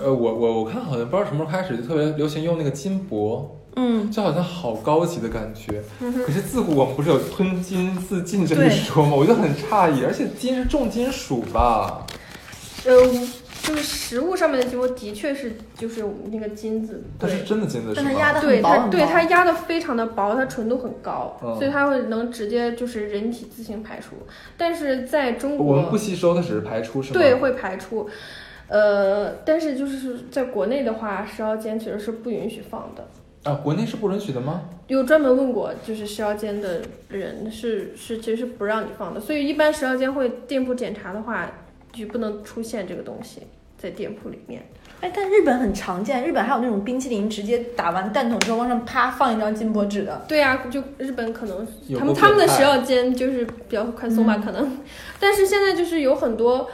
[SPEAKER 1] 呃，我我我看好像不知道什么时候开始就特别流行用那个金箔，
[SPEAKER 3] 嗯，
[SPEAKER 1] 就好像好高级的感觉。
[SPEAKER 2] 嗯
[SPEAKER 1] 可是自古我们不是有吞金自尽这一说吗？我就很诧异，而且金是重金属吧？
[SPEAKER 2] 呃就是食物上面的金箔的确是就是我们那个金子，
[SPEAKER 1] 它是
[SPEAKER 2] 对。
[SPEAKER 1] 真的金子是
[SPEAKER 3] 但它
[SPEAKER 1] 吗？
[SPEAKER 3] 压的
[SPEAKER 2] 对
[SPEAKER 3] 很薄
[SPEAKER 2] 它，
[SPEAKER 3] 很薄。
[SPEAKER 2] 对它压的非常的薄，它纯度很高，
[SPEAKER 1] 嗯
[SPEAKER 2] 所以它会能直接就是人体自行排出。但是在中国，
[SPEAKER 1] 我们不吸收，它只是排出是吗？
[SPEAKER 2] 对，会排出。呃，但是就是在国内的话，食药监其实是不允许放的。
[SPEAKER 1] 啊，国内是不允许的吗？
[SPEAKER 2] 有专门问过，就是食药监的人是是其实是不让你放的，所以一般食药监会店铺检查的话，就不能出现这个东西在店铺里面。
[SPEAKER 3] 哎，但日本很常见，日本还有那种冰淇淋直接打完蛋筒之后往上啪放一张金箔纸的。
[SPEAKER 2] 对呀、就日本可能
[SPEAKER 1] 有
[SPEAKER 2] 他
[SPEAKER 1] 过
[SPEAKER 2] 们他们的
[SPEAKER 1] 变态
[SPEAKER 2] 食药监就是比较宽松吧，
[SPEAKER 3] 嗯
[SPEAKER 2] 可能，但是现在就是有很多，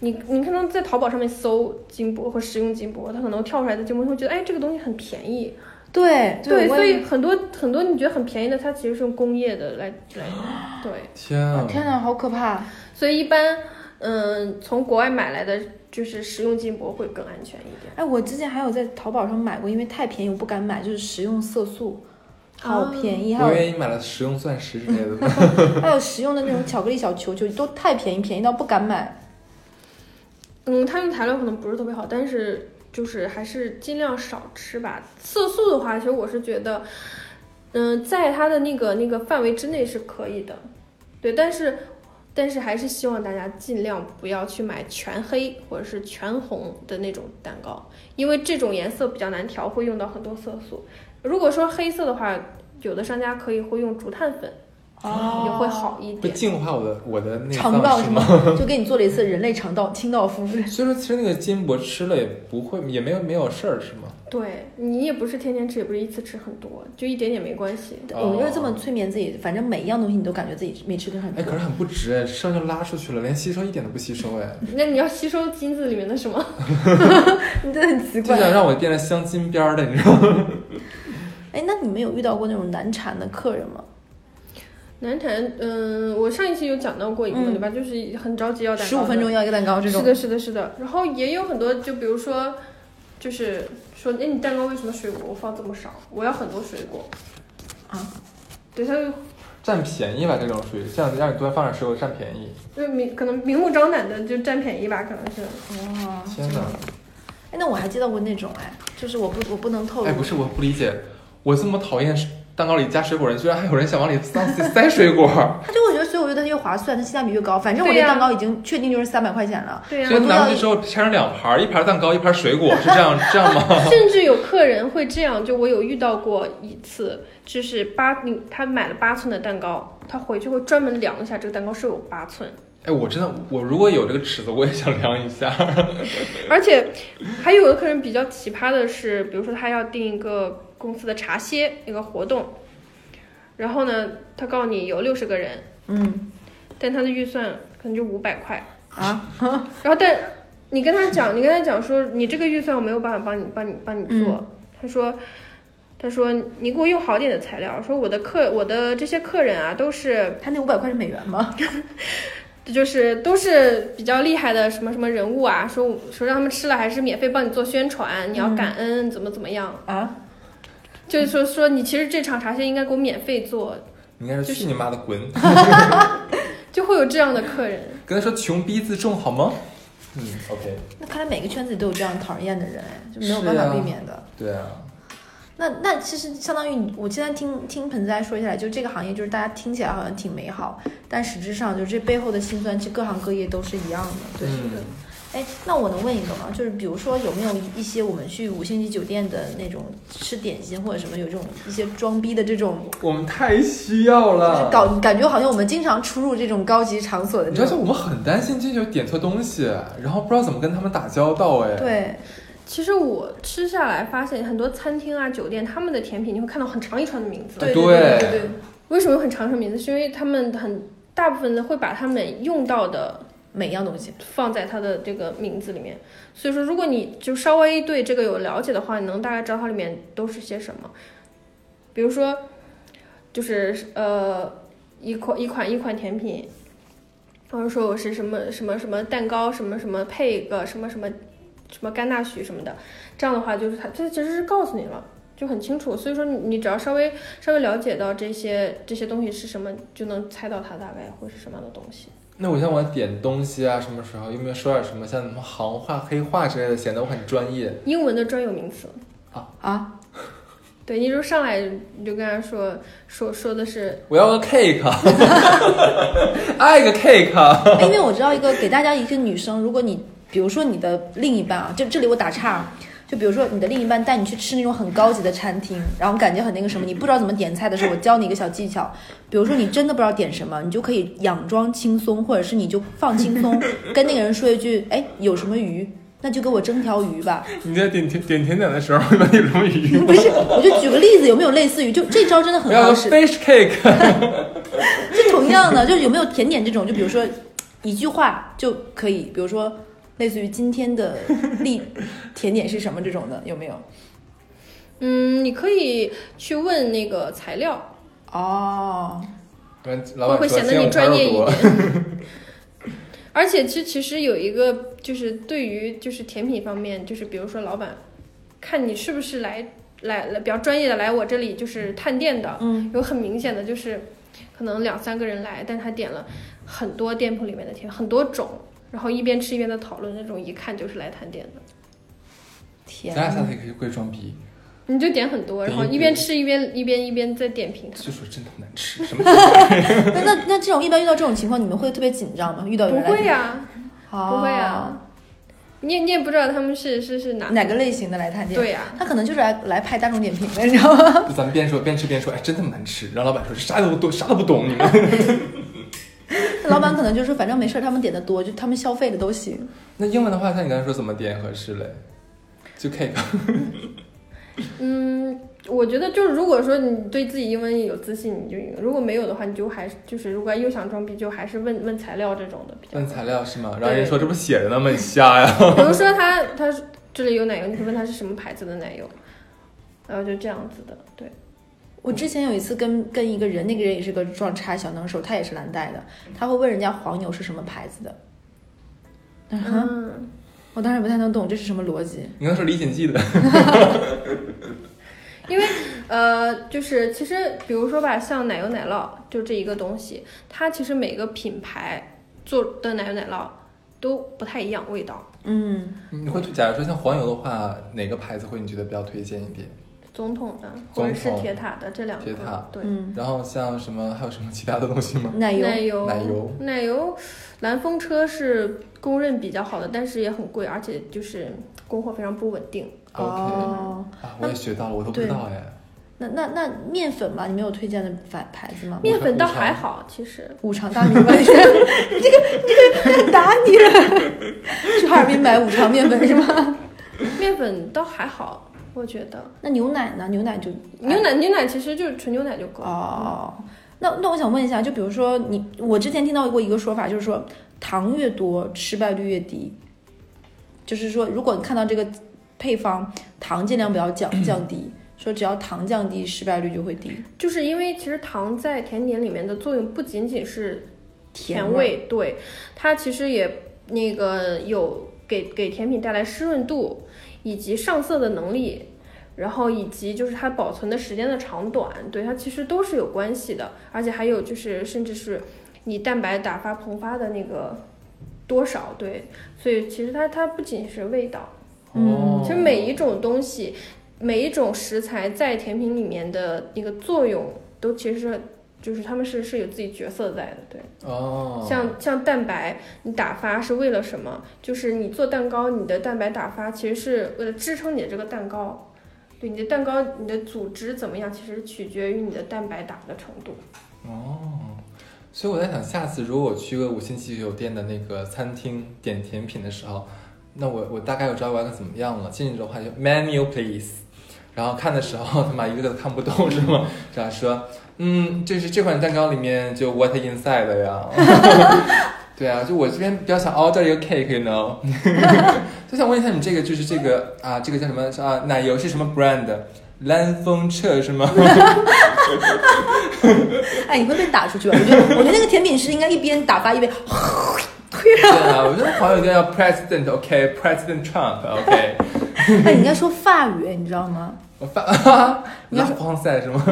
[SPEAKER 2] 你你可能在淘宝上面搜金箔或食用金箔，它可能跳出来的金箔，你会觉得哎这个东西很便宜，
[SPEAKER 3] 对
[SPEAKER 2] 对，
[SPEAKER 3] 我
[SPEAKER 2] 所
[SPEAKER 3] 也
[SPEAKER 2] 以很多很多你觉得很便宜的，它其实是用工业的来 来，对，
[SPEAKER 1] 天啊！
[SPEAKER 3] 天哪，好可怕！
[SPEAKER 2] 所以一般嗯、从国外买来的就是食用金箔会更安全一点，
[SPEAKER 3] 哎，我之前还有在淘宝上买过，因为太便宜我不敢买，就是食用色素，好
[SPEAKER 2] 哦
[SPEAKER 3] 便宜，还
[SPEAKER 1] 我以
[SPEAKER 3] 有
[SPEAKER 1] 为你买了食用钻石之类的呢。
[SPEAKER 3] 还有食用的那种巧克力小球球都太便宜，便宜到不敢买。
[SPEAKER 2] 嗯，它们材料可能不是特别好，但是就是还是尽量少吃吧。色素的话，其实我是觉得，嗯、在它的那个那个范围之内是可以的，对，但是。但是还是希望大家尽量不要去买全黑或者是全红的那种蛋糕，因为这种颜色比较难调，会用到很多色素。如果说黑色的话，有的商家可以会用竹炭粉，
[SPEAKER 3] 哦
[SPEAKER 2] 也会好一
[SPEAKER 1] 会
[SPEAKER 2] 点。
[SPEAKER 1] 净化我的我的那个
[SPEAKER 3] 肠道
[SPEAKER 1] 脏
[SPEAKER 3] 是
[SPEAKER 1] 是
[SPEAKER 3] 吗
[SPEAKER 1] 吗？？
[SPEAKER 3] 就给你做了一次人类肠道清道夫。
[SPEAKER 1] 所以说，其实那个金箔吃了也不会，也没有没有事儿是吗？
[SPEAKER 2] 对你也不是天天吃，也不是一次吃很多，就一点点没关 系。
[SPEAKER 1] 哦
[SPEAKER 3] 我们就是这么催眠自己，反正每一样东西你都感觉自己没吃多少
[SPEAKER 1] 哎，可
[SPEAKER 3] 多。
[SPEAKER 1] 是很不值哎，吃上就拉出去了，连吸收一点都不吸收哎。
[SPEAKER 2] 那你要吸收金子里面的什么？
[SPEAKER 3] 你 真的很奇
[SPEAKER 1] 就
[SPEAKER 3] 怪。
[SPEAKER 1] 想让我变成镶金边儿的，你知道吗？
[SPEAKER 3] 哎，那你们有遇到过那种难产的客人吗？
[SPEAKER 2] 难产，嗯、我上一期有讲到过一个问题吧，就是很着急要蛋糕的，
[SPEAKER 3] 十五分钟要一个蛋糕这种
[SPEAKER 2] 是，的，是的，是的。然后也有很多，就比如说，就是说，哎，你蛋糕为什么水果放这么少？我要很多水果。
[SPEAKER 3] 啊？
[SPEAKER 2] 对，他就
[SPEAKER 1] 占便宜吧，这种属于这样让你多放点水果占便宜。
[SPEAKER 2] 就明可能明目张胆的就占便宜吧，可能是。
[SPEAKER 3] 哇，
[SPEAKER 1] 天哪！
[SPEAKER 3] 哦哎，那我还接到过那种哎，就是我不我不能透露，
[SPEAKER 1] 哎，不是，我不理解，我这么讨厌蛋糕里加水果人，居然还有人想往里塞塞水果，
[SPEAKER 3] 他就会觉得所以我觉得它越划算，它性价比越高。反正我
[SPEAKER 2] 对
[SPEAKER 3] 这
[SPEAKER 2] 呀
[SPEAKER 3] 蛋糕已经确定就是三百块钱了，
[SPEAKER 2] 对呀、
[SPEAKER 1] 所以拿回去之后拆成两盘儿，一盘蛋糕，一盘水果，是这样这样吗？
[SPEAKER 2] 甚至有客人会这样，就我有遇到过一次，就是八，你他买了八寸的蛋糕，他回去会专门量一下这个蛋糕是有八寸，
[SPEAKER 1] 哎，我真的，我如果有这个尺子，我也想量一下。
[SPEAKER 2] 而且还有的客人比较奇葩的是，比如说他要订一个公司的茶歇一个活动，然后呢，他告诉你有六十个人，
[SPEAKER 3] 嗯
[SPEAKER 2] 但他的预算可能就五百块，
[SPEAKER 3] 啊，
[SPEAKER 2] 然后但你跟他讲，你跟他讲说你这个预算我没有办法帮你帮你帮你做，他说。他说：“你给我用好点的材料。说我的客，我的这些客人啊，都是
[SPEAKER 3] 他那五百块是美元吗？
[SPEAKER 2] 就是都是比较厉害的什么什么人物啊。说说让他们吃了还是免费帮你做宣传，你要感恩，怎么怎么样。
[SPEAKER 3] 啊，
[SPEAKER 2] 就是说说你其实这场茶歇应该给我免费做，
[SPEAKER 1] 你应该是去你妈的滚！
[SPEAKER 2] 就会有这样的客人。
[SPEAKER 1] 跟他说穷逼自重好吗？嗯，OK，
[SPEAKER 3] 那看来每个圈子里都有这样讨人厌的人哎，就没有
[SPEAKER 1] 是
[SPEAKER 3] 办法
[SPEAKER 1] 啊
[SPEAKER 3] 避免的。
[SPEAKER 1] 对啊，
[SPEAKER 3] 那那其实相当于你，我今天听听盆栽说下来，就这个行业就是大家听起来好像挺美好，但实质上就这背后的辛酸，其实各行各业都是一样的。对，
[SPEAKER 1] 嗯，
[SPEAKER 3] 哎，那我能问一个吗？就是比如说有没有一些我们去五星级酒店的那种吃点心或者什么有这种一些装逼的这种，
[SPEAKER 1] 我们太需要
[SPEAKER 3] 就是
[SPEAKER 1] 了。
[SPEAKER 3] 搞感觉好像我们经常出入这种高级场所的
[SPEAKER 1] 你知道，
[SPEAKER 3] 这
[SPEAKER 1] 就
[SPEAKER 3] 种。
[SPEAKER 1] 我们很担心这就点错东西，然后不知道怎么跟他们打交道。哎，，
[SPEAKER 3] 对，
[SPEAKER 2] 其实我吃下来发现，很多餐厅啊、酒店他们的甜品，你会看到很长一串的名字。
[SPEAKER 3] 对
[SPEAKER 1] 对
[SPEAKER 3] 对对对，
[SPEAKER 2] 为什么有很长一串名字？是因为他们很大部分的会把他们用到的
[SPEAKER 3] 每一样东西，
[SPEAKER 2] 放在它的这个名字里面。所以说，如果你就稍微对这个有了解的话，你能大概知道它里面都是些什么。比如说，就是呃，一款一款一款甜品，或者说我是什么什么什么蛋糕，什么什么配一个什么什么什么甘纳许什么的，这样的话就是它它其实是告诉你了。就很清楚，所以说你你只要稍微稍微了解到这些这些东西是什么，就能猜到它大概会是什么样的东西。
[SPEAKER 1] 那我像我点东西啊，什么时候有没有说点什么像什么行话、黑话之类的，显得我很专业？
[SPEAKER 2] 英文的专有名词，
[SPEAKER 3] 啊，
[SPEAKER 2] 对，你就上来你就跟他说说说的是，
[SPEAKER 1] 我要个 cake，爱个 cake。
[SPEAKER 3] 哎因为我知道一个给大家一个女生，如果你比如说你的另一半啊，这这里我打岔啊，就比如说你的另一半带你去吃那种很高级的餐厅，然后感觉很那个什么，你不知道怎么点菜的时候，我教你一个小技巧，比如说你真的不知道点什么，你就可以佯装轻松，或者是你就放轻松，跟那个人说一句，哎，有什么鱼？那就给我蒸条 鱼吧，
[SPEAKER 1] 你在点甜点甜点的时候，你有什么
[SPEAKER 2] 嗯
[SPEAKER 1] 鱼？
[SPEAKER 3] 不是，我就举个例子，有没有类似于就这招真的
[SPEAKER 1] 我
[SPEAKER 3] 很
[SPEAKER 1] 要
[SPEAKER 3] 好
[SPEAKER 1] 个
[SPEAKER 3] 使，
[SPEAKER 1] fish cake。
[SPEAKER 3] 就同样的，就是有没有甜点这种，就比如说一句话就可以，比如说类似于今天的例甜点是什么这种的，有没有？
[SPEAKER 2] 嗯，你可以去问那个材料，
[SPEAKER 3] 哦，
[SPEAKER 1] 老
[SPEAKER 2] 会
[SPEAKER 1] 板
[SPEAKER 2] 会
[SPEAKER 1] 说
[SPEAKER 2] 显得
[SPEAKER 1] 今天
[SPEAKER 2] 你
[SPEAKER 1] 午餐
[SPEAKER 2] 专业
[SPEAKER 1] 肉
[SPEAKER 2] 一
[SPEAKER 1] 多。
[SPEAKER 2] 点。 而且其其实有一个就是对于就是甜品方面，就是比如说老板看你是不是来来来比较专业的来我这里就是探店的，
[SPEAKER 3] 嗯，
[SPEAKER 2] 有很明显的就是可能两三个人来，但他点了很多店铺里面的甜，很多种，然后一边吃一边在讨论，那种一看就是来探店的。
[SPEAKER 3] 甜
[SPEAKER 1] 咱俩下次也可以跪装逼，
[SPEAKER 2] 你就点很多，然后一边吃一边一边一边在点评它。
[SPEAKER 1] 就说真的难吃，什么 鬼？
[SPEAKER 3] 那那那这种一般遇到这种情况，你们会特别紧张吗？遇到有
[SPEAKER 2] 不
[SPEAKER 3] 人来
[SPEAKER 2] 会呀、
[SPEAKER 3] 哦
[SPEAKER 2] 不会啊你也你也不知道他们是是是哪
[SPEAKER 3] 哦哪个类型的来探店？
[SPEAKER 2] 对呀、
[SPEAKER 3] 他可能就是来来拍大众点评的，你知道吗？
[SPEAKER 1] 就咱们边说边吃边说，哎，真的难吃。然后老板说啥都不懂，啥都不懂，你们。
[SPEAKER 3] 老板可能就是反正没事儿，他们点的多，就他们消费的都行。
[SPEAKER 1] 那英文的话，像你刚才说怎么点合适嘞？就 cake。
[SPEAKER 2] 嗯，我觉得就是如果说你对自己英文有自信，你就有如果没有的话，你就还是就是如果又想装逼，就还是问问材料这种的比 较
[SPEAKER 1] 问
[SPEAKER 2] 好。
[SPEAKER 1] 材料是吗？
[SPEAKER 2] 对
[SPEAKER 1] 然后人家说这不是写着呢吗？你瞎呀？
[SPEAKER 2] 比如说他他
[SPEAKER 3] 啊
[SPEAKER 2] 这里有奶油，你可以问他是什么牌子的奶油，然后就这样子的，对。
[SPEAKER 3] 我之前有一次跟跟一个人，那个人也是个撞差小能手，他也是蓝带的，他会问人家黄牛是什么牌子的。嗯哼，
[SPEAKER 2] 嗯，
[SPEAKER 3] 我当时不太能懂这是什么逻辑。
[SPEAKER 1] 你刚说李锦记的，
[SPEAKER 2] 因为呃，就是其实比如说吧，像奶油奶酪就这一个东西，它其实每个品牌做的奶油奶酪都不太一样味道。
[SPEAKER 3] 嗯，
[SPEAKER 1] 你会假如说像黄油的话，哪个牌子会你觉得比较推荐一点？
[SPEAKER 2] 总统的或者是
[SPEAKER 1] 总统
[SPEAKER 2] 铁塔的这两个，
[SPEAKER 1] 铁塔
[SPEAKER 2] 对，
[SPEAKER 3] 嗯，
[SPEAKER 1] 然后像什么还有什么其他的东西吗？
[SPEAKER 3] 奶油
[SPEAKER 2] 奶油
[SPEAKER 1] 奶油
[SPEAKER 2] 奶油蓝风车是公认比较好的，但是也很贵，而且就是供货非常不稳定。
[SPEAKER 1] OK
[SPEAKER 3] 哦，
[SPEAKER 1] 啊，我也学到了，我都不知道哎。
[SPEAKER 3] 那那那面粉嘛，你们有推荐的反牌子吗？
[SPEAKER 2] 面粉倒
[SPEAKER 1] 无糖
[SPEAKER 2] 还好，其实
[SPEAKER 3] 五常大米粉， 你这个你这个打你了， 去哈尔滨买五常面粉是吗？
[SPEAKER 2] 面粉倒还好，我觉得
[SPEAKER 3] 那牛奶呢？牛奶就
[SPEAKER 2] 牛
[SPEAKER 1] 哎
[SPEAKER 2] 奶牛奶其实就是纯牛奶就够了。
[SPEAKER 3] 哦。那那我想问一下，就比如说你，我之前听到过一个说法，就是说糖越多失败率越低，就是说如果你看到这个配方糖尽量不要降降低，说只要糖降低失败率就会低。
[SPEAKER 2] 就是因为其实糖在甜点里面的作用不仅仅是甜
[SPEAKER 3] 甜味
[SPEAKER 2] 味，对它其实也那个有给给甜品带来湿润度，以及上色的能力，然后以及就是它保存的时间的长短，对它其实都是有关系的。而且还有就是甚至是你蛋白打发膨发的那个多少，对，所以其实它它不仅是味道。
[SPEAKER 3] 嗯
[SPEAKER 1] 哦
[SPEAKER 2] 其实每一种东西，每一种食材在甜品里面的一个作用，都其实是就是他们是是有自己角色在的。对，
[SPEAKER 1] 哦，
[SPEAKER 2] 像像蛋白，你打发是为了什么？就是你做蛋糕，你的蛋白打发其实是为了支撑你的这个蛋糕。对你的蛋糕，你的组织怎么样，其实取决于你的蛋白打的程度。
[SPEAKER 1] 哦，所以我在想，下次如果我去一个五星级酒店的那个餐厅点甜品的时候，那我我大概我知道我要怎么样了。进去的话就 menu please，然后看的时候他妈一个个都看不懂是吗？这样说，嗯，这是这款蛋糕里面就 what inside 的呀。对啊，就我这边比较想 order 一个 cake，you know，就想问一下你这个就是这个啊，这个叫什么啊？奶油是什么 brand？蓝风彻是吗？
[SPEAKER 3] 哎，你会被打出去吧？我觉得，我觉得那个甜品师应该一边打发一边 推
[SPEAKER 1] 对
[SPEAKER 3] 上。
[SPEAKER 1] 啊，我觉得黄友定要 President OK，President Trump OK，
[SPEAKER 3] 哎，你应该说法语，你知道吗？
[SPEAKER 1] 我发哈，拉黄塞是吗？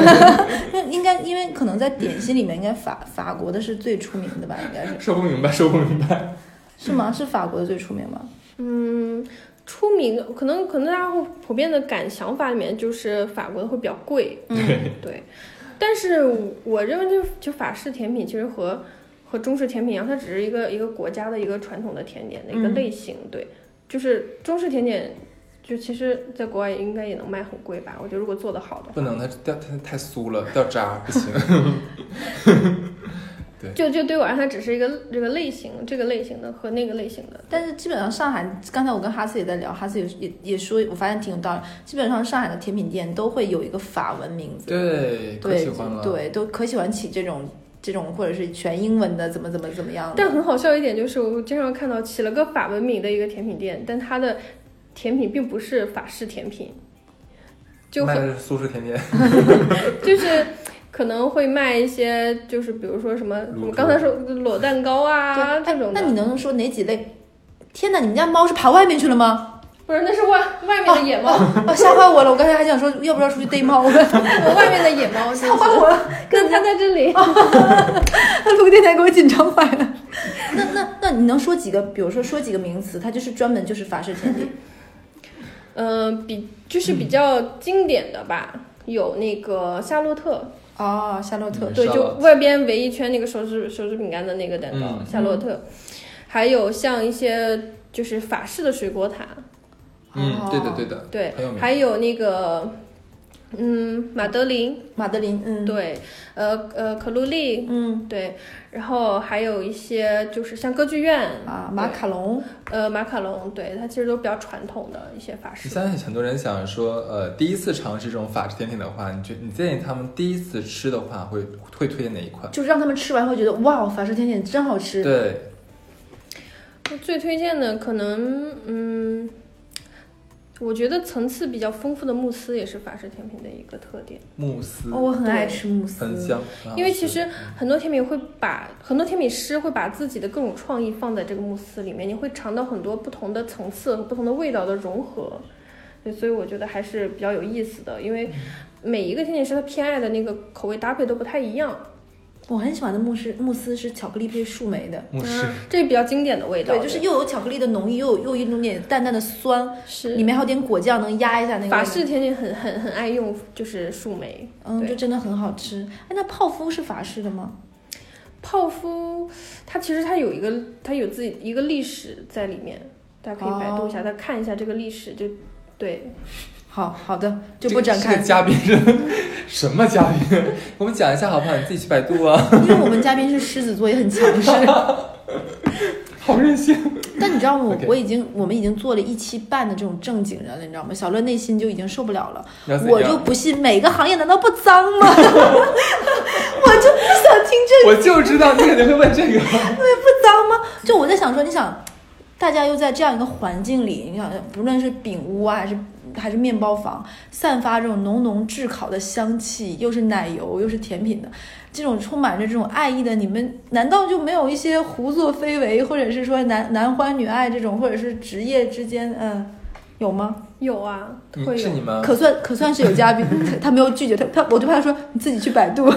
[SPEAKER 3] 那应该，因为可能在点心里面，应该法法国的是最出名的吧？应该是
[SPEAKER 1] 说不明白，说不明白。
[SPEAKER 3] 是吗？是法国的最出名吗？
[SPEAKER 2] 嗯，出名的可能可能大家会普遍的感想法里面就是法国的会比较贵，嗯
[SPEAKER 1] 对，
[SPEAKER 2] 对，但是我认为就就法式甜品其实和和中式甜品一样，它只是一个一个国家的一个传统的甜点的一个
[SPEAKER 3] 嗯
[SPEAKER 2] 类型。对，就是中式甜点，就其实在国外应该也能卖很贵吧？我觉得如果做得好的话，
[SPEAKER 1] 不能，它掉它太酥了，掉渣不行。
[SPEAKER 2] 就就对我而言，它只是一个这个类型，这个类型的和那个类型的。
[SPEAKER 3] 但是基本上上海，刚才我跟哈斯也在聊，哈斯也也也说，我发现挺有道理。基本上上海的甜品店都会有一个法文名字，
[SPEAKER 1] 对，可
[SPEAKER 3] 对
[SPEAKER 1] 喜欢了。，
[SPEAKER 3] 对，都可喜欢起这种这种或者是全英文的，怎么怎么怎么样的。
[SPEAKER 2] 但很好笑一点就是，我经常看到起了个法文名的一个甜品店，但它的甜品并不是法式甜品，就很
[SPEAKER 1] 卖的是苏式甜点。
[SPEAKER 2] 就是可能会卖一些，就是比如说什么，
[SPEAKER 1] 卤
[SPEAKER 2] 我
[SPEAKER 1] 猪
[SPEAKER 2] 刚才说裸蛋糕啊
[SPEAKER 3] 对哎
[SPEAKER 2] 这种的。
[SPEAKER 3] 那你能说哪几类？天哪，你们家猫是爬外面去了吗？
[SPEAKER 2] 不是那是外外面的野猫，
[SPEAKER 3] 啊，吓坏我了！我刚才还想说，要不要出去逮猫？
[SPEAKER 2] 我外面的野猫是
[SPEAKER 3] 吓
[SPEAKER 2] 不
[SPEAKER 3] 坏
[SPEAKER 2] 是？
[SPEAKER 3] 我了！
[SPEAKER 2] 但它在这里，
[SPEAKER 3] 哦他录个电台给我紧张坏了。 那那那你能说几个？比如说说几个名词，它就是专门就是法式甜点。
[SPEAKER 2] 嗯、比就是比较经典的吧，有那个夏洛特，
[SPEAKER 3] 哦，夏洛特
[SPEAKER 1] 嗯。
[SPEAKER 2] 对，
[SPEAKER 1] 夏
[SPEAKER 2] 就
[SPEAKER 1] 洛特
[SPEAKER 2] 外边围一圈那个手指手指饼干的那个蛋糕，
[SPEAKER 1] 嗯
[SPEAKER 2] 夏洛特，还有像一些就是法式的水果塔，
[SPEAKER 1] 嗯，对的
[SPEAKER 3] 哦
[SPEAKER 1] 对的，
[SPEAKER 2] 对
[SPEAKER 1] 很有，名
[SPEAKER 2] 还有那个嗯马德琳，
[SPEAKER 3] 马德琳，嗯，，
[SPEAKER 2] 对，呃呃可露丽，
[SPEAKER 3] 嗯
[SPEAKER 2] 对，然后还有一些就是像歌剧院
[SPEAKER 3] 啊，马卡龙，
[SPEAKER 2] 呃马卡龙，对它其实都比较传统的一些法
[SPEAKER 1] 你
[SPEAKER 2] 式。
[SPEAKER 1] 相信很多人想说，呃，第一次尝试这种法式甜点的话，你觉你建议他们第一次吃的话，会会推荐哪一款？
[SPEAKER 3] 就是让他们吃完会觉得哇，法式甜点真好吃。
[SPEAKER 1] 对，
[SPEAKER 2] 最推荐的可能嗯，我觉得层次比较丰富的慕斯也是法式甜品的一个特点，
[SPEAKER 1] 慕斯
[SPEAKER 3] 哦，我很爱吃慕斯，
[SPEAKER 1] 很香，很好
[SPEAKER 2] 因为其
[SPEAKER 1] 吃
[SPEAKER 2] 实很多甜品会把很多甜品师会把自己的各种创意放在这个慕斯里面，你会尝到很多不同的层次和不同的味道的融合，对，所以我觉得还是比较有意思的，因
[SPEAKER 3] 嗯
[SPEAKER 2] 为每一个甜点师他偏爱的那个口味搭配都不太一样，
[SPEAKER 3] 我很喜欢的慕斯慕斯是巧克力配树莓的，
[SPEAKER 1] 慕斯
[SPEAKER 2] 嗯，这比较经典的味道，
[SPEAKER 3] 对，就是又有巧克力的浓郁，又有又有一种点淡淡的酸，
[SPEAKER 2] 是
[SPEAKER 3] 里面还有点果酱，能压一下那个味道
[SPEAKER 2] 法式甜点很很很爱用就是树莓，
[SPEAKER 3] 嗯，
[SPEAKER 2] 对
[SPEAKER 3] 就真的很好吃。哎，那泡芙是法式的吗？
[SPEAKER 2] 泡芙，它其实它有一个，它有自己一个历史在里面，大家可以百度一
[SPEAKER 3] 哦
[SPEAKER 2] 下，再看一下这个历史，就对，
[SPEAKER 3] 好好的，
[SPEAKER 1] 这
[SPEAKER 3] 就不
[SPEAKER 1] 个
[SPEAKER 3] 展
[SPEAKER 1] 这
[SPEAKER 3] 开
[SPEAKER 1] 个，嘉宾是什么嘉宾？我们讲一下好不好？你自己去百度 啊，
[SPEAKER 3] 因为我们嘉宾是狮子座，也很强势。
[SPEAKER 1] 好任性。
[SPEAKER 3] 但你知道吗？我
[SPEAKER 1] OK
[SPEAKER 3] 我已经我们已经做了一期半的这种正经人了，你知道吗？小乐内心就已经受不了了。
[SPEAKER 1] 你要怎
[SPEAKER 3] 我
[SPEAKER 1] 样
[SPEAKER 3] 就不信每个行业难道不脏吗？ 我就不想听这
[SPEAKER 1] 我就知道你肯定会问这个。
[SPEAKER 3] 不脏吗？就我在想说，你想，大家又在这样一个环境里，你想，不论是饼屋啊，还是还是面包房，散发这种浓浓炙烤的香气，又是奶油又是甜品的，这种充满着这种爱意的，你们难道就没有一些胡作非为，或者是说男男欢女爱这种，或者是职业之间，嗯，有吗？
[SPEAKER 2] 有啊，
[SPEAKER 1] 你
[SPEAKER 2] 会
[SPEAKER 1] 是
[SPEAKER 2] 有
[SPEAKER 1] 你们
[SPEAKER 3] 可算可算是有嘉宾， 他他没有拒绝他，他我就怕他说你自己去百度。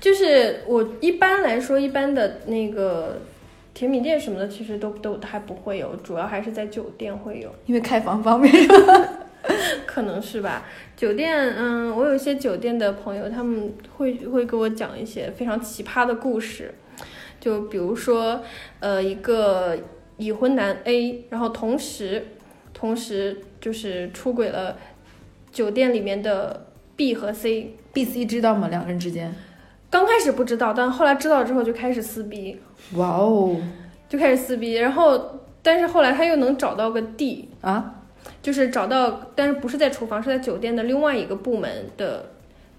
[SPEAKER 2] 就是我一般来说，一般的那个甜品店什么的，其实都都还不会有，主要还是在酒店会有，
[SPEAKER 3] 因为开房方面，
[SPEAKER 2] 可能是吧。酒店，嗯，我有一些酒店的朋友，他们会会给我讲一些非常奇葩的故事，就比如说，呃，一个已婚男 A，然后同时同时就是出轨了酒店里面的 B 和 C。
[SPEAKER 3] B、C 知道吗？两个人之间，
[SPEAKER 2] 刚开始不知道，但后来知道之后就开始撕逼，
[SPEAKER 3] 哇哦
[SPEAKER 2] 就开始撕逼。然后，但是后来他又能找到个 D，
[SPEAKER 3] 啊！
[SPEAKER 2] 就是找到，但是不是在厨房，是在酒店的另外一个部门的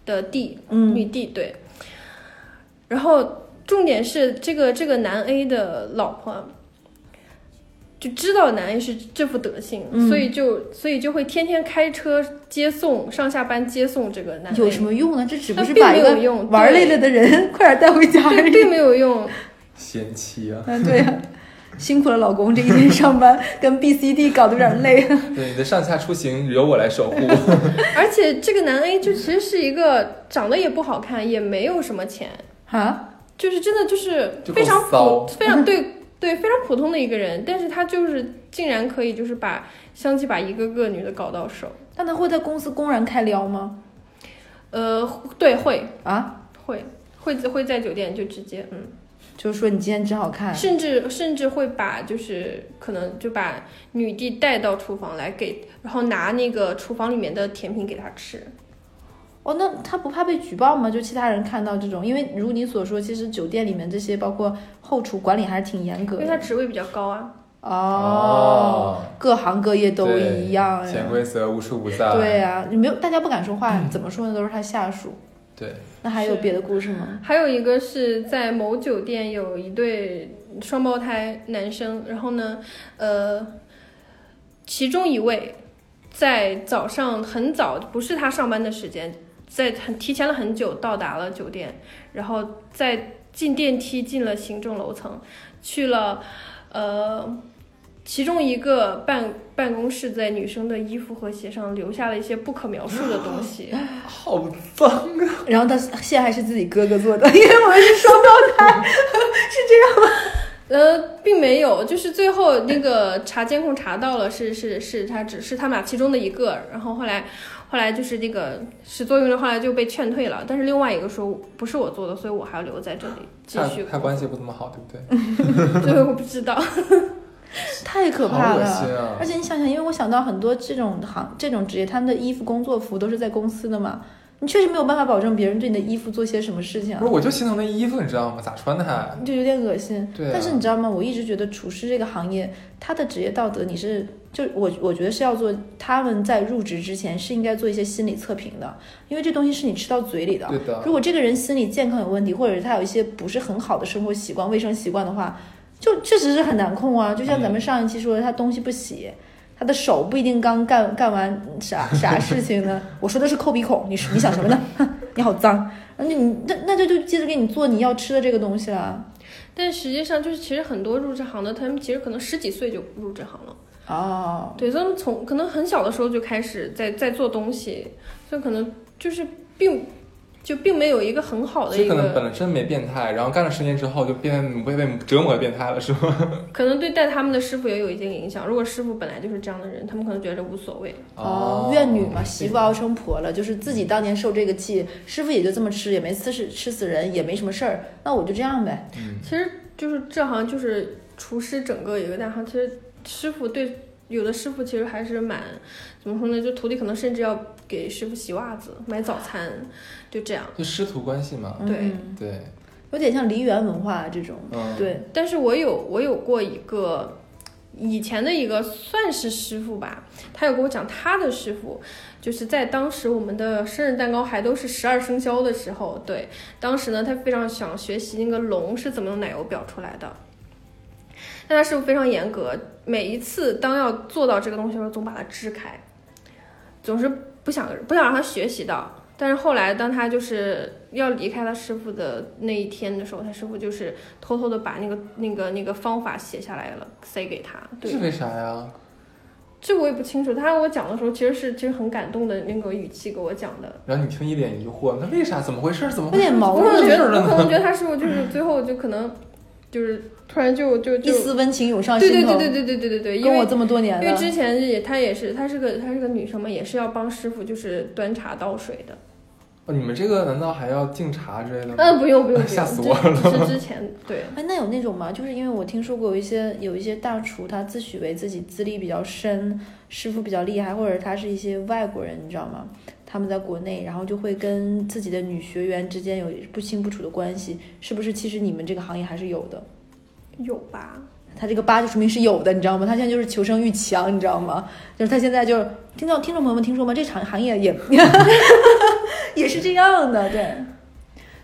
[SPEAKER 2] 的 D，
[SPEAKER 3] 嗯，
[SPEAKER 2] 女帝对。然后重点是这个这个男 A 的老婆就知道男 A 是这副德行，
[SPEAKER 3] 嗯
[SPEAKER 2] 所以就所以就会天天开车接送上下班接送这个男 A，
[SPEAKER 3] 有什么用呢？这只不
[SPEAKER 2] 但
[SPEAKER 3] 是
[SPEAKER 2] 并
[SPEAKER 3] 把
[SPEAKER 2] 没
[SPEAKER 3] 一
[SPEAKER 2] 有
[SPEAKER 3] 个
[SPEAKER 2] 用，
[SPEAKER 3] 玩
[SPEAKER 2] 对
[SPEAKER 3] 累了的人快点带回家而
[SPEAKER 2] 对，
[SPEAKER 3] 已。
[SPEAKER 2] 并没有用，
[SPEAKER 1] 贤妻啊，
[SPEAKER 3] 嗯，对呀、辛苦了老公，这一天上班 跟 B、C、D 搞得有点累。
[SPEAKER 1] 对你的上下出行由我来守护。
[SPEAKER 2] 而且这个男 A 就其实是一个长得也不好看，也没有什么钱，
[SPEAKER 3] 啊，
[SPEAKER 2] 就是真的就是
[SPEAKER 1] 就够
[SPEAKER 2] 非常
[SPEAKER 1] 骚
[SPEAKER 2] 普 非常对对非常普通的一个人，但是他就是竟然可以就是把相继把一个个女的搞到手，
[SPEAKER 3] 那他会在公司公然开撩吗？
[SPEAKER 2] 呃，对，会
[SPEAKER 3] 啊，
[SPEAKER 2] 会会会在酒店就直接嗯，
[SPEAKER 3] 就是说你今天真好
[SPEAKER 1] 哎
[SPEAKER 3] 看，
[SPEAKER 2] 甚至甚至会把就是可能就把女帝带到厨房来给，然后拿那个厨房里面的甜品给她吃，
[SPEAKER 3] 哦，那他不怕被举报吗？就其他人看到这种，因为如你所说，其实酒店里面这些包括后厨管理还是挺严格
[SPEAKER 2] 因为她
[SPEAKER 3] 的。
[SPEAKER 2] 职位比较高啊，
[SPEAKER 3] 哦，，各行各业都一样呀。
[SPEAKER 1] 潜规则嗯无处不在。
[SPEAKER 3] 对啊，你没有大家不敢说话，怎么说呢？都是他下属。
[SPEAKER 1] 对
[SPEAKER 3] 那还有
[SPEAKER 2] 是
[SPEAKER 3] 别的故事吗？
[SPEAKER 2] 还有一个是在某酒店有一对双胞胎男生，然后呢，呃，其中一位在早上很早，不是他上班的时间，在很提前了很久到达了酒店，然后在进电梯进了行政楼层，去了，呃。其中一个办办公室在女生的衣服和鞋上留下了一些不可描述的东西，
[SPEAKER 1] 好脏。
[SPEAKER 3] 然后他陷害是自己哥哥做的，因 为我们是 双胞
[SPEAKER 2] 呃，并没有，就是最后那个查监控查到了是，是是他只是他们俩其中的一个，然后后来后来就是那个始作俑者后来就被劝退了，但是另外一个说不是我做的，所以我还要留在这里继
[SPEAKER 1] 他
[SPEAKER 2] 续
[SPEAKER 1] 他
[SPEAKER 2] 工作，
[SPEAKER 1] 关系不怎么好，对不对？
[SPEAKER 2] 这个我不知道，
[SPEAKER 3] 太可怕
[SPEAKER 1] 好恶
[SPEAKER 3] 了。
[SPEAKER 1] 心啊
[SPEAKER 3] 而！且你想想，因为我想到很多这种行、这种职业，他们的衣服、工作服都是在公司的嘛，你确实没有办法保证别人对你的衣服做些什么事情啊
[SPEAKER 1] 不是，，我就心疼那衣服，你知道吗？咋穿的还？
[SPEAKER 3] 就有点恶心。
[SPEAKER 1] 对啊
[SPEAKER 3] 但是你知道吗？我一直觉得厨师这个行业，他的职业道德，你是就我我觉得是要做，他们在入职之前是应该做一些心理测评的，因为这东西是你吃到嘴里的。
[SPEAKER 1] 对的，
[SPEAKER 3] 如果这个人心理健康有问题，或者是他有一些不是很好的生活习惯、卫生习惯的话，就确实是很难控啊。就像
[SPEAKER 1] 嗯
[SPEAKER 3] 咱们上一期说的，他东西不洗，他的手不一定刚干干完啥啥事情呢。 我说的是抠鼻孔，你你想什么呢？ 你好脏，那你那那这就接着给你做你要吃的这个东西了。
[SPEAKER 2] 但实际上就是，其实很多入这行的，他们其实可能十几岁就入这行了。
[SPEAKER 3] 哦，
[SPEAKER 2] 对，他们从可能很小的时候就开始在在做东西，所以可能就是并就并没有一个很好的
[SPEAKER 1] 所以
[SPEAKER 2] 一
[SPEAKER 1] 可能
[SPEAKER 2] 个，
[SPEAKER 1] 本身没变态，然后干了十年之后就变被被折磨变态了，是吗？
[SPEAKER 2] 可能对带他们的师傅也有一定影响。如果师傅本来就是这样的人，他们可能觉得无所谓。
[SPEAKER 3] 哦，怨女嘛，媳妇熬成婆了，就是自己当年受这个气，师傅也就这么吃，也没吃死吃死人，也没什么事儿，那我就这样呗。
[SPEAKER 1] 嗯
[SPEAKER 2] 其实就是这行就是厨师整个一个大行，其实师傅对有的师傅其实还是蛮怎么说呢？就徒弟可能甚至要给师傅洗袜子、买早餐，就这样。
[SPEAKER 1] 就师徒关系嘛，
[SPEAKER 2] 对
[SPEAKER 3] 嗯
[SPEAKER 1] 对，
[SPEAKER 3] 有点像梨园文化这种。
[SPEAKER 1] 嗯，
[SPEAKER 3] 对，
[SPEAKER 2] 但是我有我有过一个以前的一个算是师傅吧，他有跟我讲他的师傅，就是在当时我们的生日蛋糕还都是十二生肖的时候，对，当时呢他非常想学习那个龙是怎么用奶油表出来的。但他师傅非常严格，每一次当要做到这个东西的时候，总把它支开，总是不想不想让他学习到。但是后来，当他就是要离开他师傅的那一天的时候，他师傅就是偷偷的把那个那个那个方法写下来了，塞给他。
[SPEAKER 1] 这
[SPEAKER 2] 对
[SPEAKER 1] 是，为啥呀？
[SPEAKER 2] 这我也不清楚。他跟我讲的时候，其实是其实很感动的那个语气给我讲的。
[SPEAKER 1] 然后你听一脸疑惑，那为啥？怎么回事？怎么
[SPEAKER 3] 有
[SPEAKER 1] 回事？
[SPEAKER 3] 点矛
[SPEAKER 2] 我可能
[SPEAKER 3] 盾，
[SPEAKER 2] 觉得，我可能觉得他 师傅就是最后就可能就是突然就就
[SPEAKER 3] 一
[SPEAKER 2] 就
[SPEAKER 3] 丝温情涌上
[SPEAKER 2] 对对
[SPEAKER 3] 心
[SPEAKER 2] 对
[SPEAKER 3] 头。
[SPEAKER 2] 对对对对对对，因
[SPEAKER 3] 跟我
[SPEAKER 2] 为
[SPEAKER 3] 这么多年
[SPEAKER 2] 因为
[SPEAKER 3] 了，
[SPEAKER 2] 之前也她也是她是个她是个女生嘛，也是要帮师傅就是端茶倒水的。
[SPEAKER 1] 哦你们这个难道还要敬茶之类的吗？
[SPEAKER 3] 呃
[SPEAKER 2] 嗯，不用不用不 用，
[SPEAKER 1] 吓死我
[SPEAKER 2] 了。这是之前对。
[SPEAKER 3] 哎，那有那种吗？就是因为我听说过有一些有一些大厨，他自诩为自己资历比较深，师傅比较厉害，或者他是一些外国人，你知道吗？他们在国内，然后就会跟自己的女学员之间有不清不楚的关系，是不是？其实你们这个行业还是有的。
[SPEAKER 2] 有吧？
[SPEAKER 3] 他这个八就说明是有的，你知道吗？他现在就是求生欲强，你知道吗？就是他现在就是听到听众朋友们听说吗？这场行业也 也是这样的，对。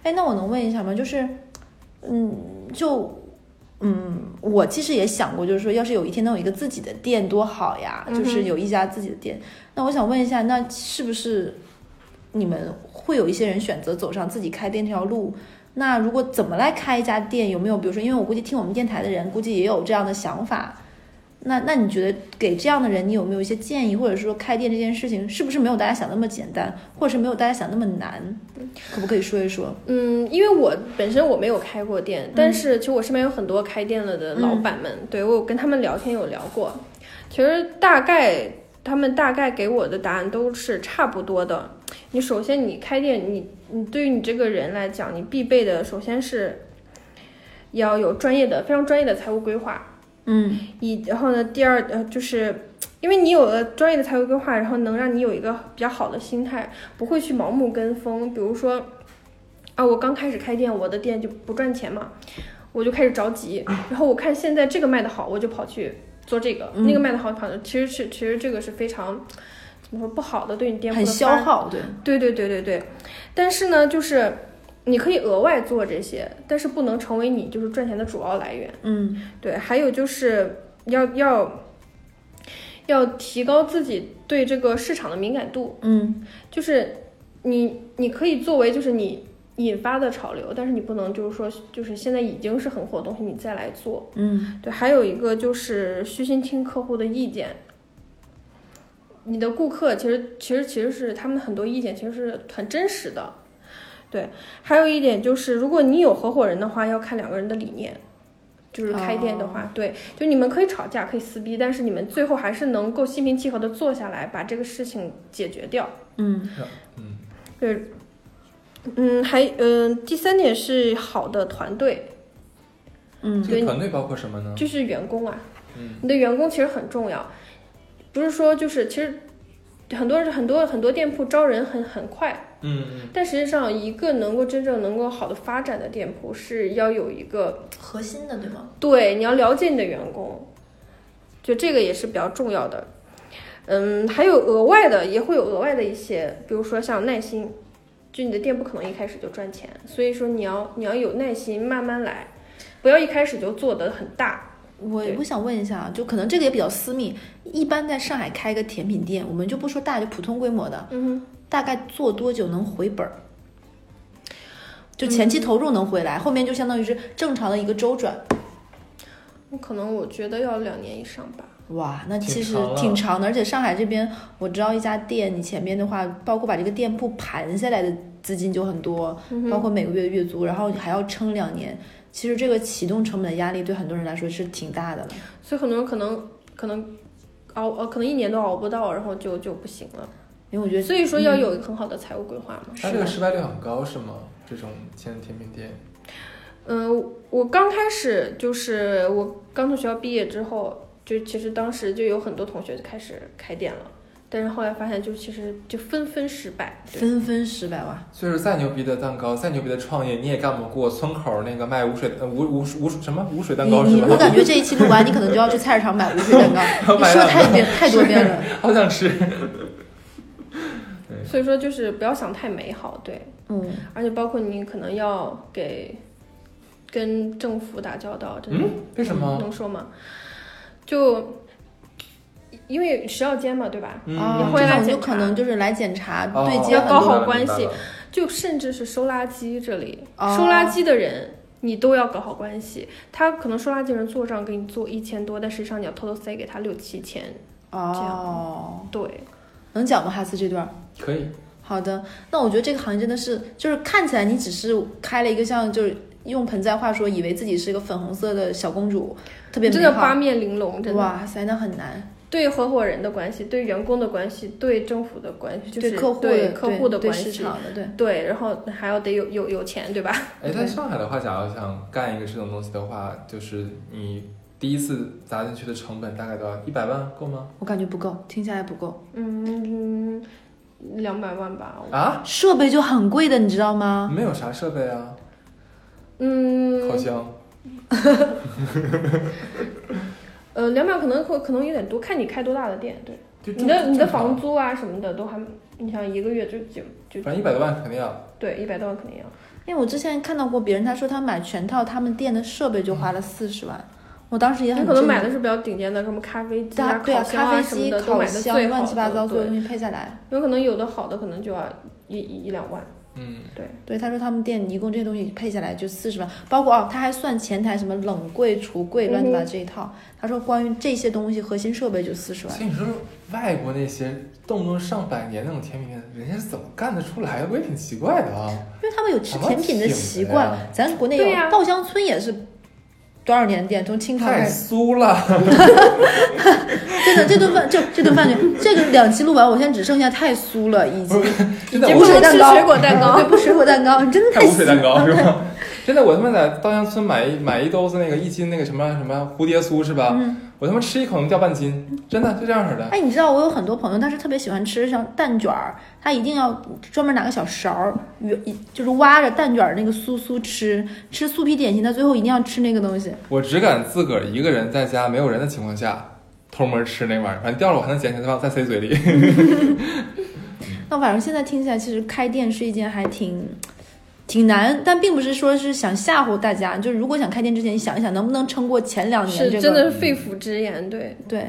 [SPEAKER 3] 哎，那我能问一下吗？就是，嗯，就，嗯，我其实也想过，就是说，要是有一天能有一个自己的店多好呀，
[SPEAKER 2] 嗯哼
[SPEAKER 3] 就是有一家自己的店。那我想问一下，那是不是你们会有一些人选择走上自己开店这条路？那如果怎么来开一家店，有没有比如说，因为我估计听我们电台的人估计也有这样的想法。那那你觉得给这样的人，你有没有一些建议，或者说开店这件事情是不是没有大家想那么简单，或者是没有大家想那么难？可不可以说一说？
[SPEAKER 2] 嗯，因为我本身我没有开过店，但是其实我身边有很多开店了的老板们，对我有跟他们聊天有聊过，其实大概他们大概给我的答案都是差不多的。你首先你开店，你你对于你这个人来讲，你必备的首先是要有专业的非常专业的财务规划，
[SPEAKER 3] 嗯
[SPEAKER 2] 以然后呢，第二呃，就是因为你有了专业的财务规划，然后能让你有一个比较好的心态，不会去盲目跟风。比如说，啊，我刚开始开店，我的店就不赚钱嘛，我就开始着急，然后我看现在这个卖的好，我就跑去做这个，
[SPEAKER 3] 嗯
[SPEAKER 2] 那个卖的好，跑其实是其实这个是非常怎么说不好的，对你店铺
[SPEAKER 3] 很
[SPEAKER 2] 的
[SPEAKER 3] 消
[SPEAKER 2] 发展
[SPEAKER 3] 耗，对，
[SPEAKER 2] 对对对对对，但是呢，就是你可以额外做这些，但是不能成为你就是赚钱的主要来源。
[SPEAKER 3] 嗯
[SPEAKER 2] 对，还有就是要要要提高自己对这个市场的敏感度，
[SPEAKER 3] 嗯
[SPEAKER 2] 就是你你可以作为就是你引发的潮流，但是你不能就是说就是现在已经是很火的东西你再来做。
[SPEAKER 3] 嗯
[SPEAKER 2] 对，还有一个就是虚心听客户的意见。你的顾客其实其实其实是他们很多意见其实是很真实的，对。还有一点就是，如果你有合伙人的话，要看两个人的理念。就是开店的话对，就你们可以吵架，可以撕逼，但是你们最后还是能够心平气和的坐下来，把这个事情解决掉。
[SPEAKER 3] 嗯
[SPEAKER 1] 嗯，
[SPEAKER 2] 对，嗯，还嗯、第三点是好的团队，
[SPEAKER 3] 嗯
[SPEAKER 1] 这个团队包括什么呢？
[SPEAKER 2] 就是员工啊，
[SPEAKER 1] 嗯
[SPEAKER 2] 你的员工其实很重要，不是说就是其实很多很多很多店铺招人很很快，
[SPEAKER 1] 嗯嗯，
[SPEAKER 2] 但实际上一个能够真正能够好的发展的店铺是要有一个
[SPEAKER 3] 核心的对吗？
[SPEAKER 2] 对你要了解你的员工，就这个也是比较重要的。嗯，还有额外的也会有额外的一些，比如说像耐心，就你的店不可能一开始就赚钱，所以说你要你要有耐心慢慢来。不要一开始就做的很大。
[SPEAKER 3] 我
[SPEAKER 2] 对
[SPEAKER 3] 我想问一下啊，就可能这个也比较私密，一般在上海开一个甜品店，我们就不说大，就普通规模的，
[SPEAKER 2] 嗯
[SPEAKER 3] 大概做多久能回本儿？就前期投入能回来，后面就相当于是正常的一个周转。
[SPEAKER 2] 哼，可能我觉得要两年以上吧。
[SPEAKER 3] 哇，那
[SPEAKER 1] 挺
[SPEAKER 3] 其实
[SPEAKER 1] 长了
[SPEAKER 3] 挺长的，而且上海这边我知道一家店，你前面的话，包括把这个店铺盘下来的资金就很多，
[SPEAKER 2] 嗯
[SPEAKER 3] 包
[SPEAKER 2] 哼，
[SPEAKER 3] 括每个月月租，然后你还要撑两年，其实这个启动成本的压力对很多人来说是挺大的了。
[SPEAKER 2] 所以很多人可能可能熬呃可能一年都熬不到，然后就就不行了。
[SPEAKER 3] 因为我觉得，
[SPEAKER 2] 所以说要有很好的财务规划嘛。
[SPEAKER 1] 它这个失败率很高是吗？这种现在甜品店，
[SPEAKER 2] 嗯，我刚开始就是我刚从学校毕业之后，就其实当时就有很多同学就开始开店了，但是后来发现就其实就纷纷失败。对，
[SPEAKER 3] 纷纷失败哇，
[SPEAKER 1] 就是再牛逼的蛋糕，再牛逼的创业，你也干不过村口那个卖无水呃无无无什么无水蛋
[SPEAKER 3] 你
[SPEAKER 1] 糕是
[SPEAKER 3] 你我
[SPEAKER 1] 吧？
[SPEAKER 3] 感觉这一期录完，你可能就要去菜市场买无水 蛋糕，你
[SPEAKER 1] 买
[SPEAKER 3] 说
[SPEAKER 1] 了嗯
[SPEAKER 3] 太遍太 多遍 了。嗯
[SPEAKER 1] 好想吃。
[SPEAKER 2] 所以说就是不要想太美好，对，
[SPEAKER 3] 嗯，
[SPEAKER 2] 而且包括你可能要给跟政府打交道，真的
[SPEAKER 1] 嗯，为什么？
[SPEAKER 2] 能说吗？就因为食药监嘛，对吧？
[SPEAKER 1] 嗯，
[SPEAKER 3] 啊，
[SPEAKER 2] 会
[SPEAKER 3] 这
[SPEAKER 2] 来
[SPEAKER 3] 种就
[SPEAKER 2] 检查
[SPEAKER 3] 可能就是来检查
[SPEAKER 1] 哦
[SPEAKER 3] 对接
[SPEAKER 2] 要
[SPEAKER 3] 很
[SPEAKER 2] 搞
[SPEAKER 3] 多
[SPEAKER 2] 好
[SPEAKER 1] 明白了
[SPEAKER 2] 关
[SPEAKER 1] 明白
[SPEAKER 2] 系
[SPEAKER 1] 了
[SPEAKER 2] 就甚至是收垃圾这里，
[SPEAKER 3] 哦
[SPEAKER 2] 收垃圾的人你都要搞好关系。他可能收垃圾的人做账给你做一千多，但实际上你要偷偷塞给他六七千。这样
[SPEAKER 3] 哦，
[SPEAKER 2] 对，
[SPEAKER 3] 能讲吗？哈斯这段儿？
[SPEAKER 1] 可以。
[SPEAKER 3] 好的，那我觉得这个行业真的是，就是看起来你只是开了一个像，就是用盆栽话说，以为自己是一个粉红色的小公主，特别
[SPEAKER 2] 真
[SPEAKER 3] 美
[SPEAKER 2] 的八
[SPEAKER 3] 好。
[SPEAKER 2] 面玲珑，真的。
[SPEAKER 3] 哇塞，那很难，
[SPEAKER 2] 对合伙人的关系，对员工的关系，对政府的关系，就是
[SPEAKER 3] 对客户
[SPEAKER 2] 对
[SPEAKER 3] 的、
[SPEAKER 2] 客户的
[SPEAKER 3] 对
[SPEAKER 2] 关
[SPEAKER 3] 市
[SPEAKER 2] 系，
[SPEAKER 3] 场的，对。
[SPEAKER 2] 对，然后还要得有有有钱，对吧？
[SPEAKER 1] 哎，在上海的话，假如想干一个这种东西的话，就是你第一次砸进去的成本大概多少？一百万够吗？
[SPEAKER 3] 我感觉不够，听下来不够，
[SPEAKER 2] 嗯，两百万吧，
[SPEAKER 1] 啊，
[SPEAKER 3] 设备就很贵的，你知道吗？
[SPEAKER 1] 没有啥设备啊，
[SPEAKER 2] 嗯，
[SPEAKER 1] 烤箱。
[SPEAKER 2] 呃，两百可能会可能有点多，看你开多大的店，对。
[SPEAKER 1] 就
[SPEAKER 2] 你的
[SPEAKER 1] 正
[SPEAKER 2] 你的
[SPEAKER 1] 正常
[SPEAKER 2] 房租啊什么的都还，你想一个月就就就
[SPEAKER 1] 反正一百多万肯定要。
[SPEAKER 2] 对一百多万肯定要。
[SPEAKER 3] 因为我之前看到过别人，他说他买全套他们店的设备就花了四十万，我当时也
[SPEAKER 2] 你
[SPEAKER 3] 很
[SPEAKER 2] 可能
[SPEAKER 3] 震
[SPEAKER 2] 买
[SPEAKER 3] 惊
[SPEAKER 2] 的是比较顶尖的，什么咖啡机
[SPEAKER 3] 大对
[SPEAKER 2] 烤
[SPEAKER 3] 啊，
[SPEAKER 2] 箱
[SPEAKER 3] 咖
[SPEAKER 2] 啊
[SPEAKER 3] 啡
[SPEAKER 2] 什么
[SPEAKER 3] 机、
[SPEAKER 2] 的都
[SPEAKER 3] 烤
[SPEAKER 2] 买的
[SPEAKER 3] 箱
[SPEAKER 2] 最好
[SPEAKER 3] 乱七八
[SPEAKER 2] 的
[SPEAKER 3] 糟所有
[SPEAKER 2] 对，
[SPEAKER 3] 东西配下来。
[SPEAKER 2] 有可能有的好的可能就要一一一两万，
[SPEAKER 1] 嗯，
[SPEAKER 2] 对，
[SPEAKER 3] 对，他说他们店一共这些东西配下来就四十万，包括哦，他还算前台什么冷柜、橱柜乱七八糟这一
[SPEAKER 2] 嗯
[SPEAKER 3] 套。他说关于这些东西核心设备就四十万
[SPEAKER 1] 所，以你说外国那些动不动上百年那种甜品店，人家是怎么干得出来的？我也挺奇怪的啊。
[SPEAKER 3] 因为他们有吃
[SPEAKER 1] 怎么
[SPEAKER 3] 甜品的啊
[SPEAKER 1] 请
[SPEAKER 3] 习
[SPEAKER 1] 的
[SPEAKER 3] 惯
[SPEAKER 1] 呀，
[SPEAKER 3] 咱国内
[SPEAKER 2] 对呀
[SPEAKER 3] 有稻香村也是多少年店，从
[SPEAKER 2] 嗯
[SPEAKER 3] 清朝
[SPEAKER 1] 太
[SPEAKER 3] 开始，
[SPEAKER 1] 酥了，
[SPEAKER 3] 真的这顿饭就这顿饭就这个两期录完，我现在只剩下太酥了，已经
[SPEAKER 2] 嗯
[SPEAKER 1] 真的
[SPEAKER 3] 已经
[SPEAKER 1] 我
[SPEAKER 2] 能
[SPEAKER 3] 不水蛋
[SPEAKER 2] 吃
[SPEAKER 3] 糕，
[SPEAKER 2] 水果蛋糕
[SPEAKER 3] 对，不水果蛋糕，真的
[SPEAKER 1] 看
[SPEAKER 3] 太
[SPEAKER 1] 无水
[SPEAKER 3] 酥。
[SPEAKER 1] 蛋糕是吧？ 真的，我他妈在稻香村买一买一兜子那个一斤那个什么什么蝴蝶酥是吧？
[SPEAKER 3] 嗯
[SPEAKER 1] 我他妈吃一口能掉半斤，真的就这样式的。
[SPEAKER 3] 哎，你知道我有很多朋友，他是特别喜欢吃像蛋卷儿，他一定要专门拿个小勺儿，圆一就是挖着蛋卷儿那个酥酥吃，吃酥皮点心，他最后一定要吃那个东西。
[SPEAKER 1] 我只敢自个儿一个人在家没有人的情况下偷摸吃那玩意儿，反正掉了我还能捡起来再往再塞嘴里。
[SPEAKER 3] 那反正现在听起来，其实开店是一件还挺挺难，但并不是说是想吓唬大家，就是如果想开店之前，你想一想能不能撑过前两年这
[SPEAKER 2] 是
[SPEAKER 3] 个。
[SPEAKER 2] 真的是肺腑之言，对，
[SPEAKER 3] 对。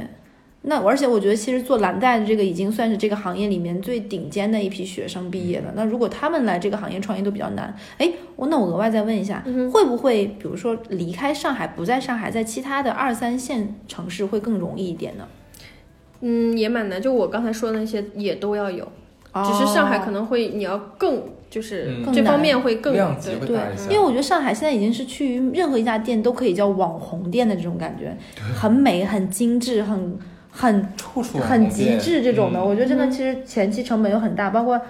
[SPEAKER 3] 那而且我觉得，其实做蓝带的这个已经算是这个行业里面最顶尖的一批学生毕业了。那如果他们来这个行业创业都比较难，哎，我那我额外再问一下，啊
[SPEAKER 2] 嗯哼
[SPEAKER 3] 会不会比如说离开上海，不在上海，在其他的二三线城市会更容易一点呢？
[SPEAKER 2] 嗯，也蛮难。就我刚才说的那些也都要有，只是上海可
[SPEAKER 3] 能
[SPEAKER 2] 能会你要更就是
[SPEAKER 1] 嗯
[SPEAKER 3] 更
[SPEAKER 2] 这方
[SPEAKER 3] 难
[SPEAKER 2] 面会更
[SPEAKER 1] 量级
[SPEAKER 2] 对
[SPEAKER 1] 会
[SPEAKER 3] 对
[SPEAKER 1] 大一些，
[SPEAKER 3] 因为我觉得上海现在已经是趋于任何一家店都可以叫网红店的这种感觉，很美、很精致、很很
[SPEAKER 1] 处处
[SPEAKER 3] 很极致这种的，
[SPEAKER 1] 嗯
[SPEAKER 3] 我觉得真的
[SPEAKER 2] 嗯
[SPEAKER 3] 其实前期成本有很大，包括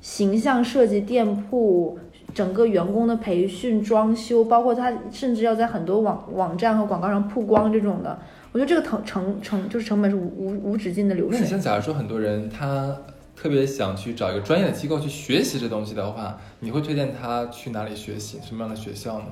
[SPEAKER 3] 形象设计、店铺、整个员工的培训、装修，包括他甚至要在很多网网站和广告上曝光这种的，我觉得这个成成成就是成本是无无无止境的流
[SPEAKER 1] 那你
[SPEAKER 3] 水。
[SPEAKER 1] 像假如说很多人他特别想去找一个专业的机构去学习这东西的话，你会推荐他去哪里学习，什么样的学校呢？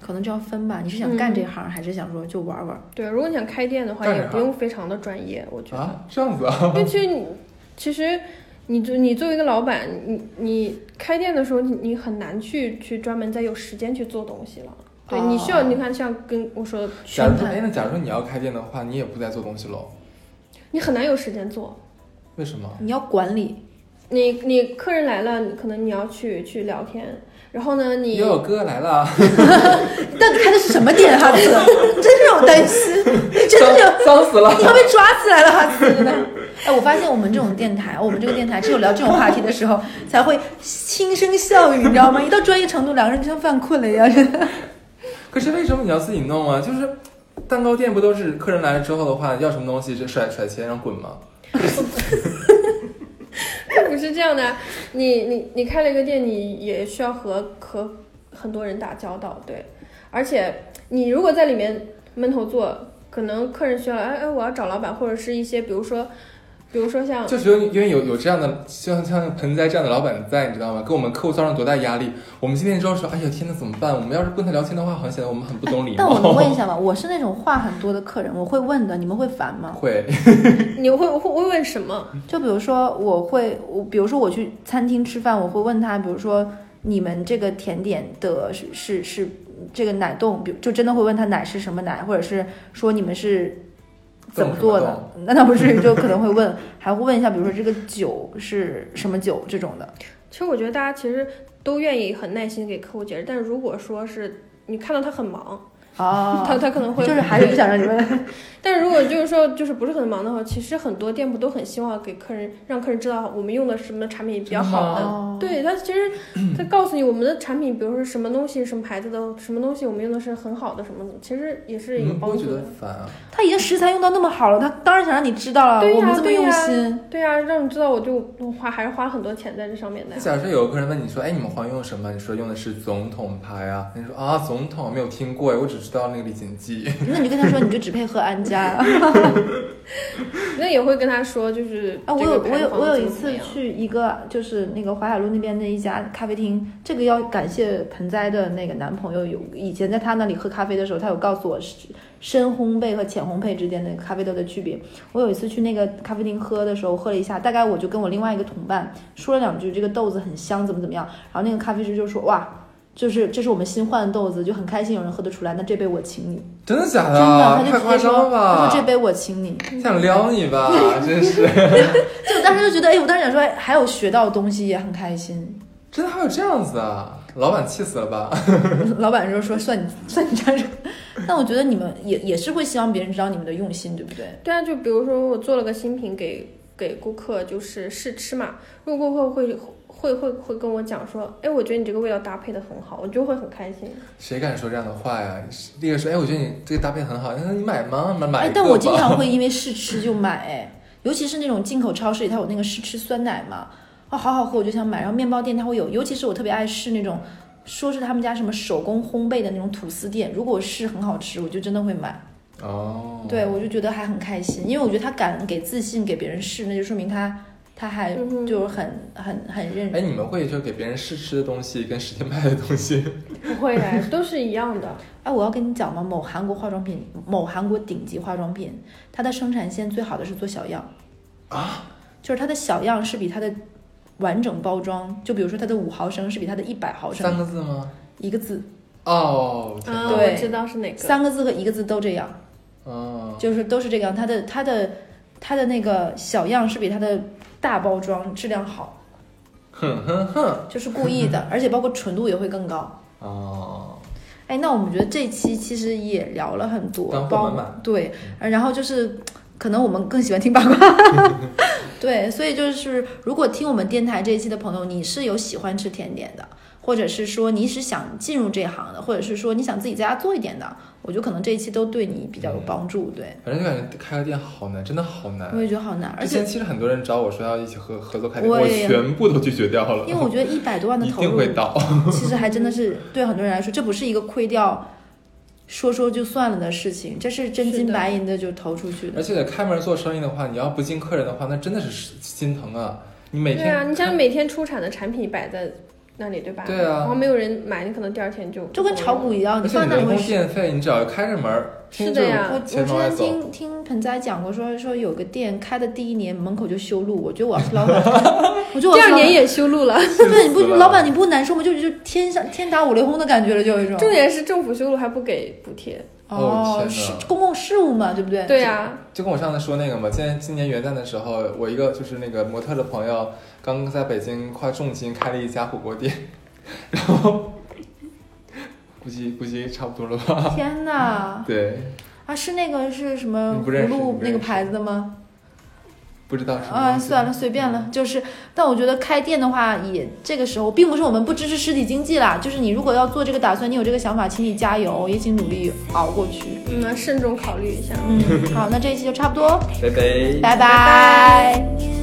[SPEAKER 3] 可能就要分吧，你是想干这行，还是想说就玩玩？
[SPEAKER 2] 对。如果你想开店的话，
[SPEAKER 1] 干
[SPEAKER 2] 也
[SPEAKER 1] 啥
[SPEAKER 2] 不用非常的专业，我觉得。
[SPEAKER 1] 啊，这样子啊，
[SPEAKER 2] 因为其实你，其实你就你作为一个老板，你你开店的时候，你你很难去去专门再有时间去做东西了。对你需要，你看像跟我说的，
[SPEAKER 1] 假如说，
[SPEAKER 3] 全盘
[SPEAKER 1] 哎，那假如说你要开店的话，你也不再做东西喽？
[SPEAKER 2] 你很难有时间做。
[SPEAKER 1] 为什么？
[SPEAKER 3] 你要管理，
[SPEAKER 2] 你你客人来了，你可能你要去去聊天，然后呢，你
[SPEAKER 1] 悠悠哥来了，
[SPEAKER 3] 到底开的是什么店？ 哈子，真让我担心，你 真的
[SPEAKER 1] 脏脏死了
[SPEAKER 3] 你。要被抓起来了，哈斯！ 哎，我发现我们这种电台，我们这个电台只有聊这种话题的时候才会轻声笑语，你知道 吗？一到专业程度，两个人就像犯困了一 样。真的
[SPEAKER 1] 可是为什么你要自己弄啊？就是蛋糕店不都是客人来了之后的话，要什么东西就甩甩钱让滚吗？
[SPEAKER 2] 不是这样的，你你你开了一个店，你也需要和和很多人打交道，对，而且你如果在里面闷头做，可能客人需要，哎哎，我要找老板，或者是一些比如说，比如说像，
[SPEAKER 1] 就是因为因为有有这样的，像像盆栽这样的老板在，你知道吗？给我们客户造成多大压力？我们今天之后说，哎呀天哪，怎么办？我们要是跟他聊天的话，好像显得我们很不懂礼
[SPEAKER 3] 但我能
[SPEAKER 1] 貌。
[SPEAKER 3] 问一下吗？我是那种话很多的客人，我会问的，你们会烦吗？
[SPEAKER 1] 会，
[SPEAKER 2] 你会会会问什么？
[SPEAKER 3] 就比如说，我会，我比如说我去餐厅吃饭，我会问他，比如说你们这个甜点的是是是这个奶冻，比如就真的会问他奶是什么奶，或者是说你们是怎么做的？那倒不至于，就可能会问，还会问一下，比如说这个酒是什么酒这种的。
[SPEAKER 2] 其实我觉得大家其实都愿意很耐心地给客户解释，但如果说是你看到他很忙，
[SPEAKER 3] 哦，
[SPEAKER 2] 他他可能会
[SPEAKER 3] 就是还是不想让你问。
[SPEAKER 2] 但如果就是说就是不是很忙的话，其实很多店铺都很希望给客人让客人知道我们用的什么产品比较好
[SPEAKER 1] 真的
[SPEAKER 2] 的。
[SPEAKER 3] 哦，
[SPEAKER 2] 对他 其实他告诉你我们的产品，比如说什么东西、什么牌子的、什么东西，我们用的是很好的什么的，其实也是
[SPEAKER 1] 你
[SPEAKER 2] 有
[SPEAKER 1] 们不
[SPEAKER 2] 帮
[SPEAKER 1] 会觉
[SPEAKER 2] 助
[SPEAKER 1] 得
[SPEAKER 2] 的。
[SPEAKER 1] 烦啊？
[SPEAKER 3] 他已经食材用到那么好了，他当然想让你知道了。
[SPEAKER 2] 对呀
[SPEAKER 3] 我们这么
[SPEAKER 2] 对呀
[SPEAKER 3] 用心，
[SPEAKER 2] 对啊，让你知道我就我花还是花了很多钱在这上面的
[SPEAKER 1] 那。假设有个客人问你说，哎，你们黄用什么？你说用的是总统牌啊？你说啊，总统没有听过哎，我只知道那个李锦记。
[SPEAKER 3] 那你就跟他说，你就只配喝安佳。
[SPEAKER 2] 那也会跟他说，就是
[SPEAKER 3] 啊，我
[SPEAKER 2] 这个
[SPEAKER 3] 有
[SPEAKER 2] 牌
[SPEAKER 3] 我有
[SPEAKER 2] 坊
[SPEAKER 3] 我有
[SPEAKER 2] 怎
[SPEAKER 3] 一
[SPEAKER 2] 么怎么
[SPEAKER 3] 次
[SPEAKER 2] 样
[SPEAKER 3] 去一个就是那个淮海路那边的一家咖啡厅，这个要感谢盆栽的那个男朋友，有以前在他那里喝咖啡的时候，他有告诉我是深烘焙和浅烘焙之间的咖啡豆的区别。我有一次去那个咖啡厅喝的时候，喝了一下，大概我就跟我另外一个同伴说了两句，这个豆子很香，怎么怎么样，然后那个咖啡师就说哇。就是这是我们新换的豆子，就很开心有人喝得出来。那这杯我请你，
[SPEAKER 1] 真的假
[SPEAKER 3] 真的，他就
[SPEAKER 1] 啊太
[SPEAKER 3] 直接
[SPEAKER 1] 夸
[SPEAKER 3] 说，
[SPEAKER 1] 张了
[SPEAKER 3] 他
[SPEAKER 1] 吧！
[SPEAKER 3] 说这杯我请你。
[SPEAKER 1] 想撩你吧，真是，
[SPEAKER 3] 就当时就觉得，哎，我当时想说，哎还有学到东西，也很开心。
[SPEAKER 1] 真的还有这样子啊！老板气死了吧？
[SPEAKER 3] 老板就说算你算你站着，但我觉得你们也也是会希望别人知道你们的用心，对不对？
[SPEAKER 2] 对啊，就比如说我做了个新品给给顾客，就是试吃嘛。如果顾客会会会会跟我讲说，哎，我觉得你这个味道搭配的很好，我就会很开心。
[SPEAKER 1] 谁敢说这样的话呀？那个说，哎，我觉得你这个搭配很好，那你买吗？买买
[SPEAKER 3] 哎
[SPEAKER 1] 一，个
[SPEAKER 3] 但我经
[SPEAKER 1] 吧
[SPEAKER 3] 常会因为试吃就买，哎，尤其是那种进口超市里，它有那个试吃酸奶嘛，哦，好好喝，我就想买。然后面包店它会有，尤其是我特别爱试那种，说是他们家什么手工烘焙的那种吐司店，如果是很好吃，我就真的会买。
[SPEAKER 1] 哦，
[SPEAKER 3] 对，我就觉得还很开心，因为我觉得他敢给自信给别人试，那就说明他他还
[SPEAKER 2] 嗯哼
[SPEAKER 3] 就是很很很认
[SPEAKER 1] 哎，你们会就给别人试吃的东西跟实体卖的东 西，
[SPEAKER 2] 不会的，都是一样的。
[SPEAKER 3] 哎，我要跟你讲嘛，某韩国化妆品，某韩国顶级化妆品，它的生产线最好的是做小样
[SPEAKER 1] 啊，
[SPEAKER 3] 就是它的小样是比它的完整包装，就比如说它的五毫升是比它的一百毫
[SPEAKER 1] 三
[SPEAKER 3] 升，
[SPEAKER 1] 个字吗？
[SPEAKER 3] 一个字，
[SPEAKER 1] 哦，天
[SPEAKER 2] 啊，
[SPEAKER 1] 哪，
[SPEAKER 3] 对
[SPEAKER 2] 我知道是哪个。
[SPEAKER 3] 三个字和一个字都这样，
[SPEAKER 1] 哦，
[SPEAKER 3] 就是都是这个样，它的它的它的那个小样是比它的大包装质量好，
[SPEAKER 1] 哼哼哼，
[SPEAKER 3] 就是故意 的，而且包括纯度也会更高。
[SPEAKER 1] 哦，
[SPEAKER 3] 哎，那我们觉得这期其实也聊了很多，
[SPEAKER 1] 干货
[SPEAKER 3] 包
[SPEAKER 1] 满满
[SPEAKER 3] 对，然后就是可能我们更喜欢听八卦， 对，所以就是如果听我们电台这一期的朋友，你是有喜欢吃甜点的，或者是说你是想进入这行的，或者是说你想自己在家做一点的，我觉得可能这一期都对你比较有帮助，对，
[SPEAKER 1] 反正就感觉开个店好难，真的好难
[SPEAKER 3] 我。也觉得好难，而
[SPEAKER 1] 嗯呃之
[SPEAKER 3] 且
[SPEAKER 1] 前其实很多人找我说要一起合合作开店，
[SPEAKER 3] 我
[SPEAKER 1] 我
[SPEAKER 3] 也
[SPEAKER 1] 全部都拒绝掉了，
[SPEAKER 3] 因 为我觉得一百多万的
[SPEAKER 1] 一
[SPEAKER 3] 投
[SPEAKER 1] 定
[SPEAKER 3] 入
[SPEAKER 1] 会到。
[SPEAKER 3] 其实还真的是对很多人来说，这不是一个亏掉说说就算了的事情，这是真
[SPEAKER 2] 是
[SPEAKER 3] 金
[SPEAKER 2] 的
[SPEAKER 3] 白银的就投出去的
[SPEAKER 1] 而。且开门做生意的话，你要不进客人的话，那真的是心疼啊！你每
[SPEAKER 2] 对
[SPEAKER 1] 天
[SPEAKER 2] 啊，你想每天出产的产品摆在那里，对吧？
[SPEAKER 1] 对啊
[SPEAKER 2] 然后没有人买，你可能第二天就
[SPEAKER 3] 就跟炒股一样，
[SPEAKER 1] 而
[SPEAKER 3] 你
[SPEAKER 1] 且
[SPEAKER 3] 啊放
[SPEAKER 1] 你
[SPEAKER 3] 那里
[SPEAKER 1] 人
[SPEAKER 3] 会
[SPEAKER 1] 工
[SPEAKER 3] 是
[SPEAKER 1] 电费，你只要开着门儿，听
[SPEAKER 2] 是
[SPEAKER 1] 着
[SPEAKER 2] 的呀
[SPEAKER 3] 我我之
[SPEAKER 1] 千门外走
[SPEAKER 3] 前听听盆栽讲过说，说有个店开的第一年门口就修路，我觉得我要是老板， 我觉得我
[SPEAKER 2] 第
[SPEAKER 3] 要是
[SPEAKER 2] 二
[SPEAKER 3] 老
[SPEAKER 2] 年
[SPEAKER 3] 板
[SPEAKER 2] 也修路了，
[SPEAKER 3] 对，你不
[SPEAKER 1] 死了
[SPEAKER 3] 老板你不难受吗？就就天上天打五雷轰的感觉了，就有一种
[SPEAKER 2] 重点是政府修路还不给补贴。
[SPEAKER 1] 哦
[SPEAKER 3] 哦
[SPEAKER 1] 天，
[SPEAKER 3] 是
[SPEAKER 1] 哪
[SPEAKER 3] 公共事务嘛，对不对？
[SPEAKER 2] 对啊呀、
[SPEAKER 1] 就跟我上次说那个嘛，今年今年元旦的时候，我一个就是那个模特的朋友，刚在北京花重金开了一家火锅店， 然后估计估计差不多了吧？
[SPEAKER 3] 天哪！
[SPEAKER 1] 对，
[SPEAKER 3] 啊，是那个是什么
[SPEAKER 1] 你不
[SPEAKER 3] 葫
[SPEAKER 1] 认识你
[SPEAKER 3] 芦
[SPEAKER 1] 不
[SPEAKER 3] 那个
[SPEAKER 1] 认识
[SPEAKER 3] 牌子的吗？
[SPEAKER 1] 不知道什么
[SPEAKER 3] 啊，
[SPEAKER 1] 东西
[SPEAKER 3] 算了，随便了。就是，但我觉得开店的话也，这个时候并不是我们不支持实体经济啦，就是你如果要做这个打算，你有这个想法，请你加油，也请努力熬过去。
[SPEAKER 2] 嗯，慎重考虑一下。
[SPEAKER 3] 嗯，好，那这一期就差不多，
[SPEAKER 1] 拜拜
[SPEAKER 3] 拜
[SPEAKER 2] 拜
[SPEAKER 3] 拜